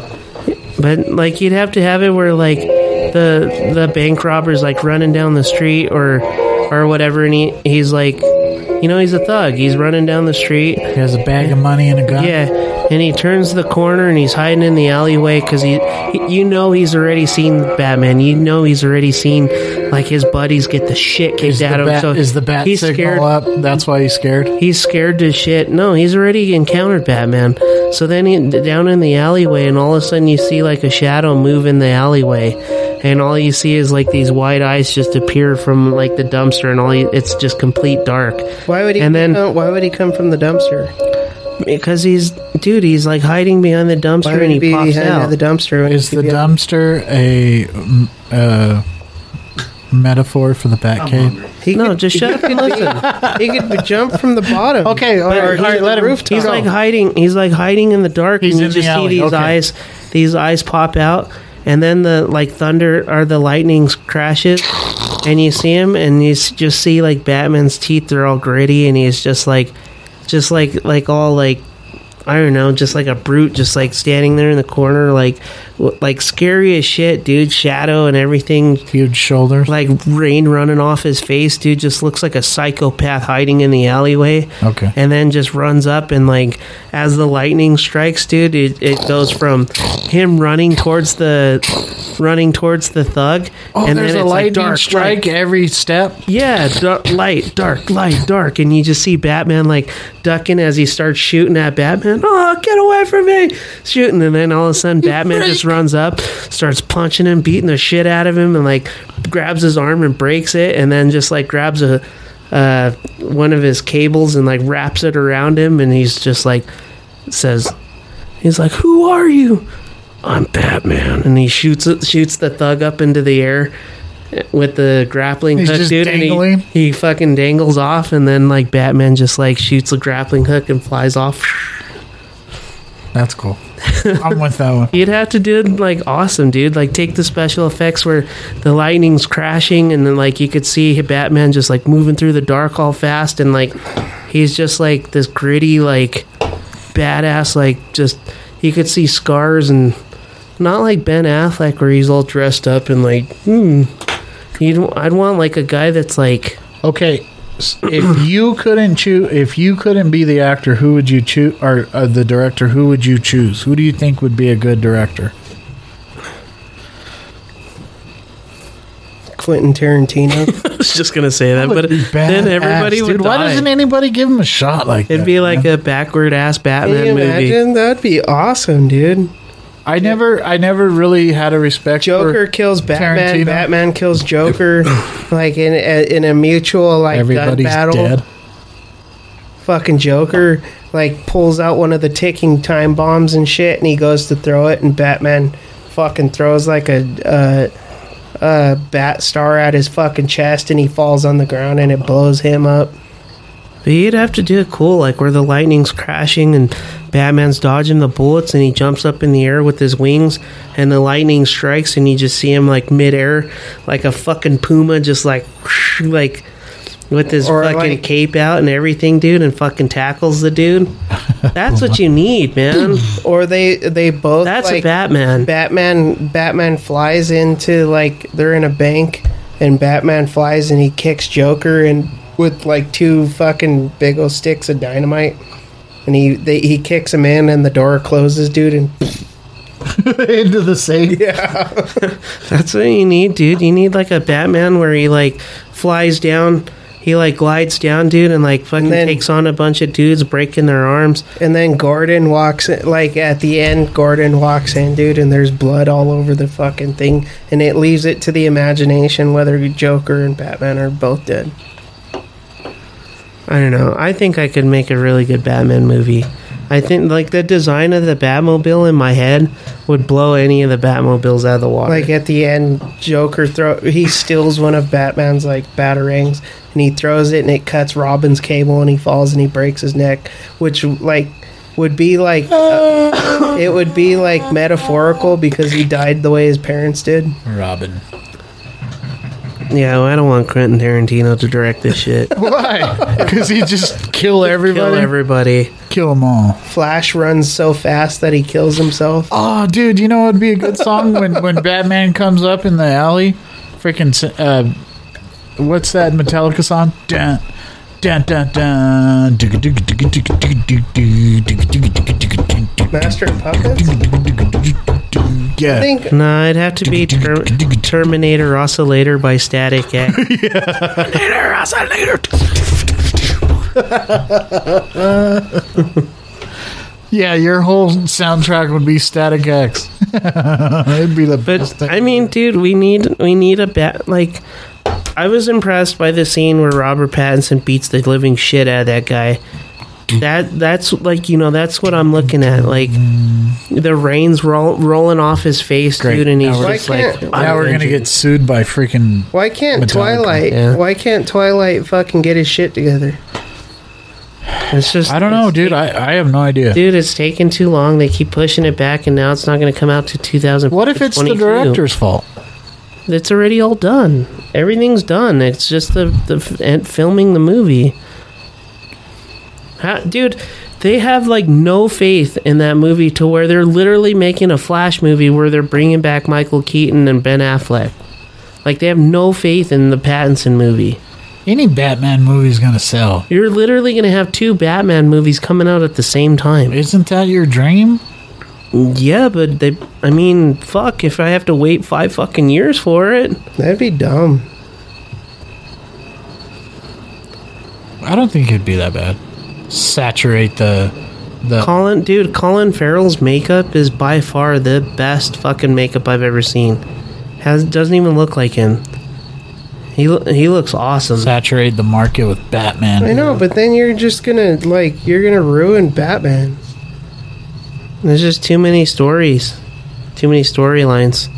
But like you'd have to have it where like the the bank robber's like running down the street or or whatever and he, he's like you know he's a thug. He's running down the street. He has a bag of money and a gun. Yeah, and he turns the corner and he's hiding in the alleyway cuz he you know he's already seen Batman. You know he's already seen like his buddies get the shit kicked Is the, out of him. bat, So is the bat he's signal scared. up? That's why he's scared. He's scared to shit. No, he's already encountered Batman. So then he, down in the alleyway, and all of a sudden you see like a shadow move in the alleyway, and all you see is like these white eyes just appear from like the dumpster, and all you, it's just complete dark. Why would he? And then- come, why would he come from the dumpster? Because he's dude, he's like hiding behind the Why dumpster, would and he he be pops behind out. the dumpster? when Is he the could be- dumpster a mm, uh, metaphor for the bat cave? He no, could, just shut up and listen. he could be- jump from the bottom. Okay, all right, Or all right, the let him- rooftop. He's like hiding. He's like hiding in the dark, He's and you in the just see alley, these okay. eyes. These eyes pop out, and then the like thunder or the lightning crashes, and you see him, and you s- just see like Batman's teeth are all gritty, and he's just like, just like like all like. I don't know, just like a brute, just like standing there in the corner, like, w- like scary as shit, dude. Shadow and everything, Huge shoulders. like rain running off his face, dude. Just looks like a psychopath hiding in the alleyway Okay. and then just runs up and like as the lightning strikes dude it, it goes from him running towards the running towards the thug Oh, and there's then a it's like, lightning dark, strike light. every step. yeah dark, light dark light dark and you just see batman like ducking as he starts shooting at batman oh get away from me shooting and then all of a sudden batman just runs up starts punching him beating the shit out of him and like grabs his arm and breaks it and then just like grabs a uh, one of his cables and like wraps it around him and he's just like says he's like who are you i'm batman and he shoots it shoots the thug up into the air with the grappling He's hook just dude dangling. and he, he fucking dangles off and then like batman just like shoots the grappling hook and flies off That's cool. I'm with that one. You'd have to do it like awesome, dude. Like take the special effects where the lightning's crashing, and then like you could see Batman just like moving through the dark all fast, and like he's just like this gritty, like badass, like just you could see scars and not like Ben Affleck where he's all dressed up and like hmm. You'd, I'd want like a guy that's like Okay, s- if you couldn't choose, if you couldn't be the actor, who would you choose, or uh, the director, who would you choose? Who do you think would be a good director? Quentin Tarantino. I was just gonna say that, but Would be then badass, everybody would Dude, why doesn't anybody give him a shot like that? It'd be like man? a backward ass Can you Batman movie. imagine? That'd be awesome, dude. I never, I never really had a respect. Joker for kills Batman. Tarantino. Batman kills Joker, like in a, in a mutual like Everybody's gun battle. dead. Fucking Joker like pulls out one of the ticking time bombs and shit, and he goes to throw it, and Batman fucking throws like a uh, uh, bat star at his fucking chest, and he falls on the ground, and it blows him up. But you'd have to do it cool, like where the lightning's crashing and Batman's dodging the bullets and he jumps up in the air with his wings and the lightning strikes and you just see him like midair, like a fucking puma, just like, whoosh, like with his Or, fucking like- cape out and everything, dude, and fucking tackles the dude. That's what you need, man. Or they they both That's a like, Batman. Batman Batman flies into like they're in a bank and Batman flies and he kicks Joker and with like two fucking big old sticks of dynamite and he they, he kicks him in and the door closes dude and into the safe. That's what you need, dude. You need like a Batman where he like flies down. He like glides down, dude, and like fucking then- takes on a bunch of dudes, breaking their arms. and then Gordon walks in, like at the end Gordon walks in dude and there's blood all over the fucking thing and it leaves it to the imagination whether Joker and Batman are both dead. I don't know. I think I could make a really good Batman movie. I think like the design of the Batmobile in my head would blow any of the Batmobiles out of the water. Like at the end, Joker throw he steals one of Batman's like batarangs and he throws it and it cuts Robin's cable and he falls and he breaks his neck, which like would be like uh, it would be like metaphorical because he died the way his parents did. Robin. yeah, well, I don't want Quentin Tarantino to direct this shit. Why? Because he just kill everybody. Kill Kill, everybody. them all. Flash runs so fast that he kills himself. Oh, dude, you know what would be a good song when when Batman comes up in the alley, freaking. Uh, what's that Metallica song? Dun. Dun, dun, dun. Master of Puppets. I Yeah. think No, it'd have to be ter- Terminator Oscillator by Static X. Yeah, your whole soundtrack would be Static X. It'd be the best But thing. I mean, dude, we need we need a bat. Like, I was impressed by the scene where Robert Pattinson beats the living shit out of that guy. That that's like you know that's what I'm looking at. Like, the rains roll, rolling off his face, Great. dude, and he's Now we're- just Why like, can't- now we're gonna get sued by freaking why can't Metallica, Twilight? yeah. Why can't Twilight fucking get his shit together? It's just I don't know, dude. I, I have no idea. dude. It's taking too long. They keep pushing it back, and now it's not going to come out to 2000. what if it's the director's fault? It's already all done. Everything's done. It's just the the f- and filming the movie. How, dude, they have like no faith in that movie to where they're literally making a Flash movie where they're bringing back Michael Keaton and Ben Affleck. Like they have no faith in the Pattinson movie. Any Batman movie is gonna sell. You're literally going to have two Batman movies coming out at the same time. Isn't that your dream? Yeah, but they I mean, fuck if I have to wait 5 fucking years for it. That'd be dumb. I don't think it'd be that bad. Saturate the the Colin, dude, Colin Farrell's makeup is by far the best fucking makeup I've ever seen. Has doesn't even look like him. He lo- he looks awesome. saturate the market with Batman. I know, but then you're just gonna like you're gonna ruin Batman. There's just too many stories, too many storylines.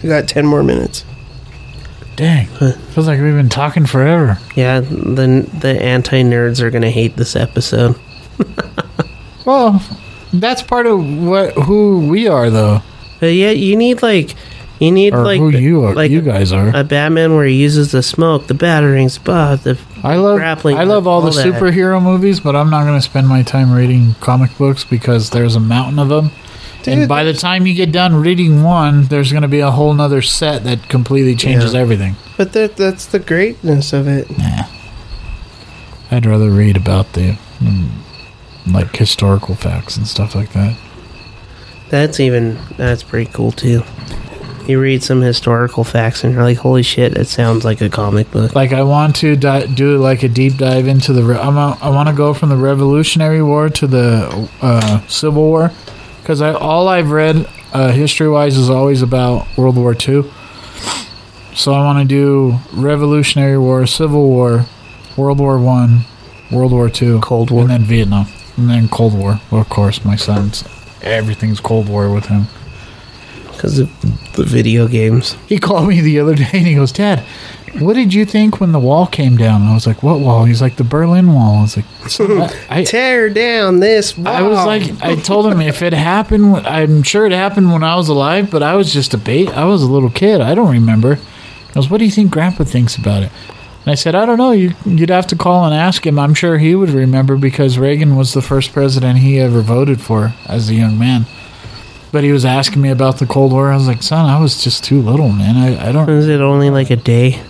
You got ten more minutes. Dang, feels like we've been talking forever. Yeah, the the anti nerds are gonna hate this episode. Well, that's part of what who we are, though, But yeah, you need like you need or like who you are. like you guys are. a Batman where he uses the smoke, the batterings, bah, the I love grappling I love all, all the that. superhero movies, but I'm not going to spend my time reading comic books because there's a mountain of them. and by the time you get done reading one, there's going to be a whole nother set that completely changes everything. But that that's the greatness of it. I'd rather read about the mm, like historical facts and stuff like that. that's even that's pretty cool too. You read some historical facts and you're like, holy shit, that sounds like a comic book. Like I want to di- do like a deep dive into the. Re- I'm a, I want to go from the Revolutionary War to the uh, Civil War, because I all I've read uh, history wise is always about World War Two. So I want to do Revolutionary War, Civil War, World War One, World War Two, Cold War. and then Vietnam, and then Cold War. Well, of course, my son's everything's Cold War with him. Because of the video games. He called me the other day and he goes, Dad, what did you think when the wall came down? And I was like, What wall? He's like, The Berlin Wall. I was like, "So I, I- Tear down this wall. I was like, I told him if it happened, when- I'm sure it happened when I was alive, but I was just a bait. I was a little kid. I don't remember. I goes, What do you think Grandpa thinks about it? And I said, I don't know. You, you'd have to call and ask him. I'm sure he would remember because Reagan was the first president he ever voted for as a young man. But he was asking me about the Cold War. I was like, son, I was just too little, man. I, I don't Is it only like a day?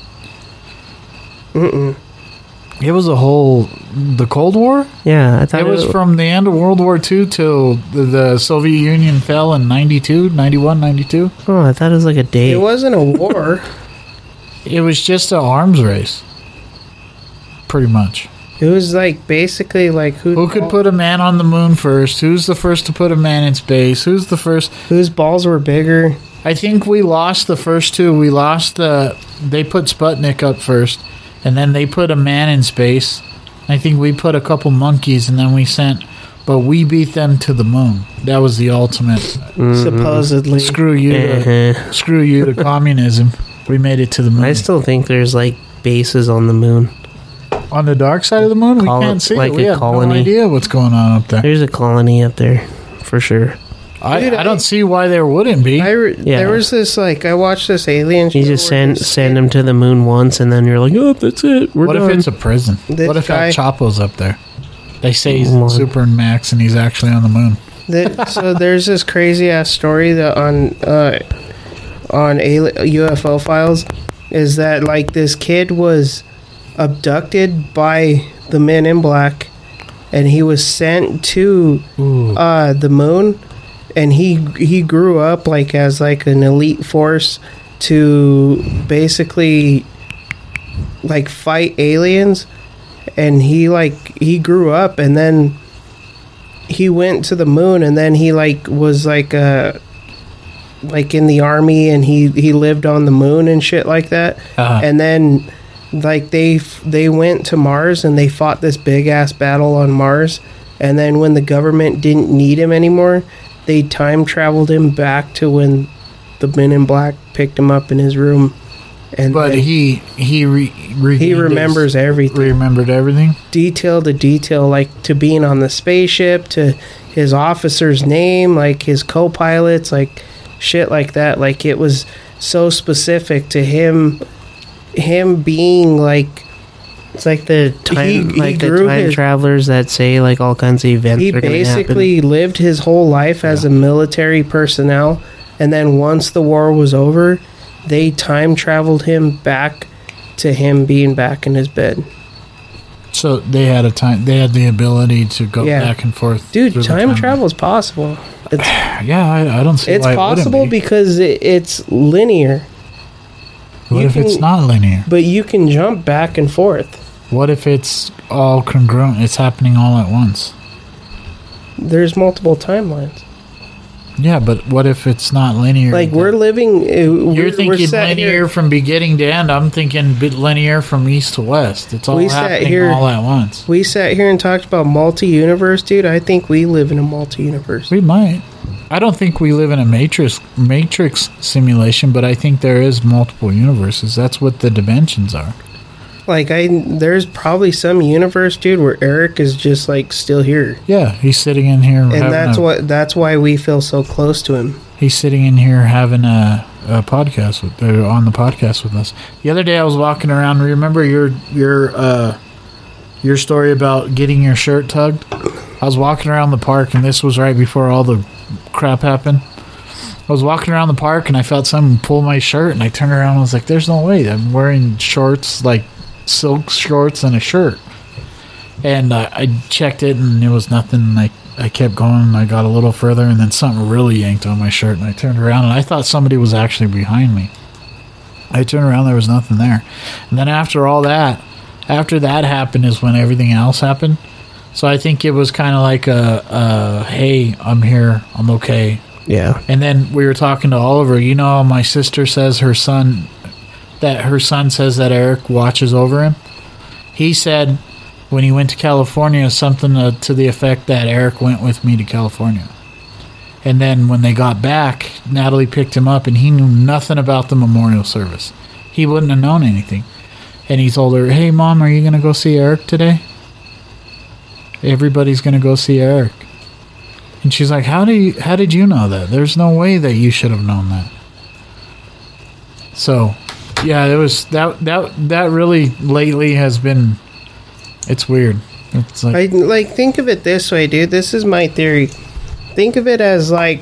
It was a whole the Cold War. Yeah, I thought It was from the end of World War II till the, the Soviet Union fell in 92, 91, 92. Oh, I thought it was like a day. It wasn't a war. It was just an arms race, pretty much. it was like basically like who, Who could put a man on the moon first? Who's the first to put a man in space? Who's the first? whose balls were bigger. I think we lost the first two. We lost the they put Sputnik up first, and then they put a man in space. I think we put a couple monkeys, and then we sent. But we beat them to the moon. That was the ultimate. Supposedly, Screw you! To, Mm-hmm. Uh-huh. screw you to communism. We made it to the moon. I still think there's like bases on the moon. on the dark side of the moon, we Call can't it see like it. We a have no colony. idea what's going on up there. There's a colony up there, for sure. I, Dude, I don't see why there wouldn't be. I re- Yeah. there was this like I watched this alien. You show just where send this- send them to the moon once, and then you're like, oh, that's it. We're what done. if it's a prison? This What if El guy- Chapo's up there? They say he's in Lord. Super and Max, and he's actually on the moon. that, so there's this crazy ass story that on uh, on ali- UFO files is that like this kid was abducted by the men in black and he was sent to uh, the moon and he he grew up like as like an elite force to basically like fight aliens and he like he grew up and then he went to the moon and then he like was like uh like in the army and he he lived on the moon and shit like that Uh-huh. and then like they f- they went to mars and they fought this big ass battle on mars and then when the government didn't need him anymore they time traveled him back to when the men in black picked him up in his room and But then he he re, regained he his- remembers everything remembered everything. detail to detail, like to being on the spaceship, to his officer's name, like his co pilots, like shit like that. Like it was so specific to him, him being like It's like the time, He- he like the grew time his- travelers that say like all kinds of events. he are gonna happen. basically lived his whole life as a military personnel. And then once the war was over, they time traveled him back to him being back in his bed. So they had a time. They had the ability to go Yeah. back and forth. Dude, through the time timeline. travel is possible. It's Yeah, I, I don't see. it's why it wouldn't possible be. because it, it's linear what you if it's can- not linear? but you can jump back and forth What if it's all congruent? It's happening all at once. there's multiple timelines Yeah, but what if it's not linear? like we're living uh, You're we're, we're thinking sat linear here from beginning to end. I'm thinking bit linear from east to west. It's all We sat happening here- all at once. we sat here and talked about multi-universe dude i think we live in a multi-universe We might. I don't think we live in a matrix matrix simulation, but I think there is multiple universes. That's what the dimensions are. like i there's probably some universe dude where eric is just like still here Yeah, he's sitting in here. having and that's a- what that's why we feel so close to him He's sitting in here having a, a podcast with uh, on the podcast with us. The other day I was walking around. Remember your your uh, your story about getting your shirt tugged? I was walking around the park, and this was right before all the crap happened. I was walking around the park, and I felt someone pull my shirt, and I turned around. and I was like, "There's no way! I'm wearing shorts, like silk shorts, and a shirt." And uh, I checked it, and it was nothing. Like I kept going and I got a little further and then something really yanked on my shirt and I turned around and I thought somebody was actually behind me. I turned around, there was nothing there. And then after all that, after that happened is when everything else happened. So I think it was kind of like a, a, hey, I'm here, I'm okay. Yeah. And then we were talking to Oliver. You know, my sister says her son, that her son says that Eric watches over him. He said when he went to California something to, to the effect that Eric went with me to California. And then when they got back, Natalie picked him up, and he knew nothing about the memorial service. He wouldn't have known anything. And he told her, "Hey, mom, are you gonna go see Eric today? Everybody's gonna go see Eric." And she's like, "How do you? How did you know that? There's no way that you should have known that." So, yeah, it was that that that really lately has been. It's weird. It's like I like think of it this way, dude. This is my theory. Think of it as like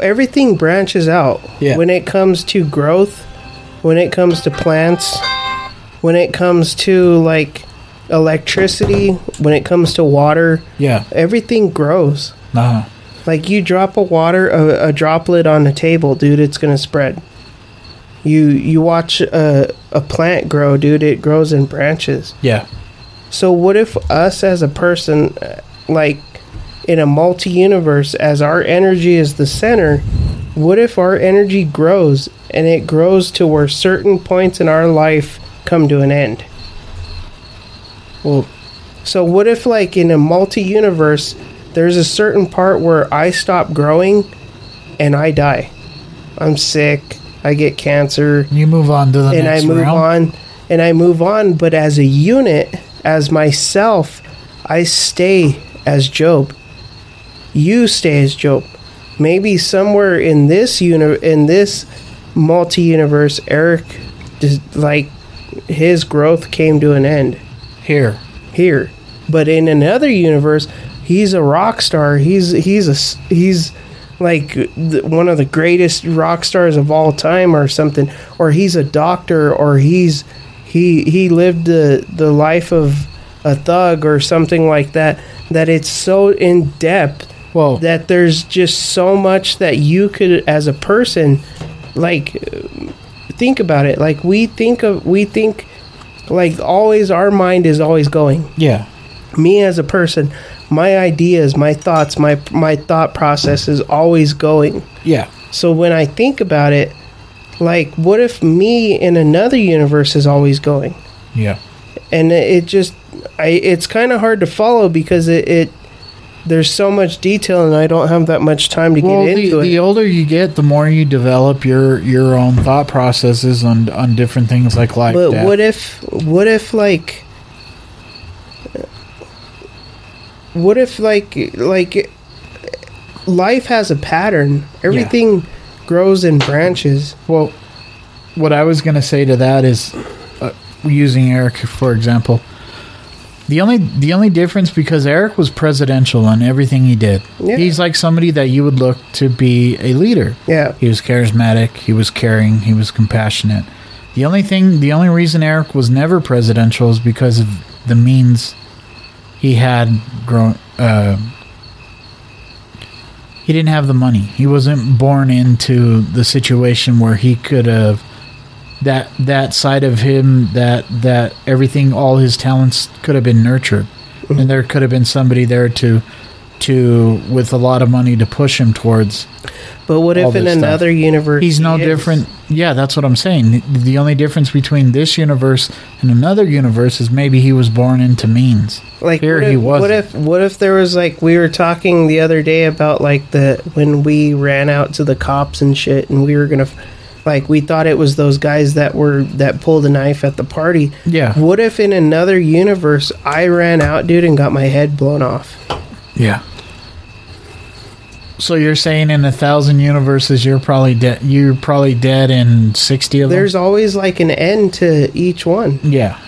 everything branches out. Yeah. When it comes to growth, when it comes to plants, when it comes to like electricity, when it comes to water, yeah, everything grows. uh, Like you drop a water a, a droplet on a table, dude, it's gonna spread. You you watch a a plant grow, dude. It grows in branches. yeah, So what if us as a person, uh, like in a multi universe, as our energy is the center, what if our energy grows and it grows to where certain points in our life come to an end? Well, so what if like in a multi universe, there's a certain part where I stop growing and I die. I'm sick. I get cancer you move on to the and I next move round. on and I move on, but as a unit, as myself, I stay as Job. You stay as Job. Maybe somewhere in this uni- in this multi universe, Eric just like his growth came to an end Here, here. But in another universe, he's a rock star. He's he's a s- he's like the, one of the greatest rock stars of all time, or something. Or he's a doctor, or he's he he lived the the life of a thug, or something like that. That it's so in depth well, that there's just so much that you could as a person like think about it like we think of we think like always our mind is always going yeah, me as a person my ideas my thoughts my my thought process is always going yeah, so when i think about it like what if me in another universe is always going yeah, and it- it just I it's kind of hard to follow because it, it there's so much detail and I don't have that much time to well, get the, into the it. older you get, the more you develop your your own thought processes on on different things like life. But death. what if what if like what if like like life has a pattern. Everything grows in branches. well, what I was gonna say to that is, uh, using Eric for example, the only the only difference because Eric was presidential on everything he did. Yeah. He's like somebody that you would look to be a leader. Yeah. He was charismatic. He was caring. He was compassionate. The only thing, the only reason Eric was never presidential is because of the means he had grown. Uh, he didn't have the money. He wasn't born into the situation where he could have that that side of him that that everything all his talents could have been nurtured and there could have been somebody there to to with a lot of money to push him towards But what All if in this stuff. another universe He's no he is? different. Yeah, that's what I'm saying. The, the only difference between this universe and another universe is maybe he was born into means. like Here what if, he What wasn't. if what if there was like we were talking the other day about like the when we ran out to the cops and shit and we were gonna f- like we thought it was those guys that were that pulled a knife at the party. Yeah. What if in another universe I ran out, dude, and got my head blown off? Yeah. So you're saying in a thousand universes you're probably dead. You're probably dead in sixty of them. There's always like an end to each one. yeah.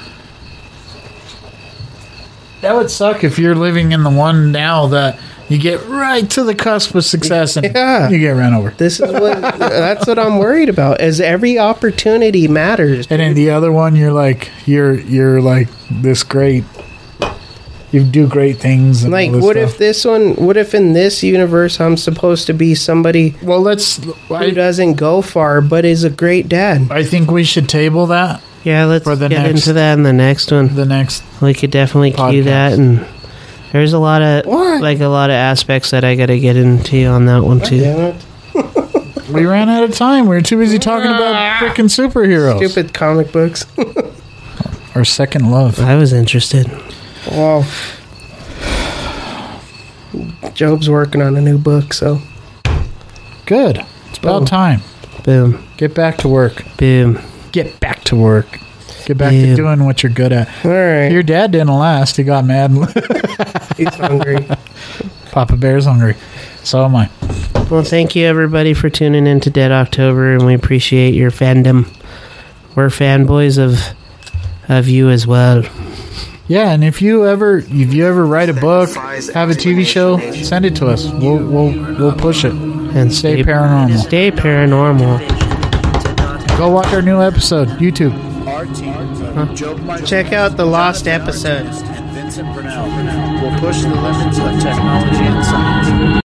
That would suck if you're living in the one now that you get right to the cusp of success and Yeah. you get ran over. This is what that's what I'm worried about. Is every opportunity matters. And in the other one, you're like you're you're like this great you do great things. And Like, all this what stuff. if this one? What if in this universe I'm supposed to be somebody Well, let's. who I, doesn't go far but is a great dad? I think we should table that Yeah, let's For the get next- into that in the next one. the next. We could definitely cue that, and there's a lot of What? like a lot of aspects that I got to get into on that one too. Damn it. We ran out of time. We were too busy talking about freaking superheroes Stupid comic books. or second love. I was interested. Wow. Job's working on a new book, so Good. It's about Oh. time. Boom, Get back to work. boom. Get back to work. Get back Yeah. to doing what you're good at. all right. Your dad didn't last. He got mad. and- He's hungry. Papa Bear's hungry. So am I. Well, thank you everybody for tuning in to Dead October, and we appreciate your fandom. We're fanboys of of you as well. Yeah, and if you ever if you ever write a book, have a TV show, send it to us. We'll we'll we'll push it. And Stay paranormal. Stay paranormal. Go watch our new episode, YouTube. Check out the lost episode. And Vincent Brunel will push the limits of technology and science.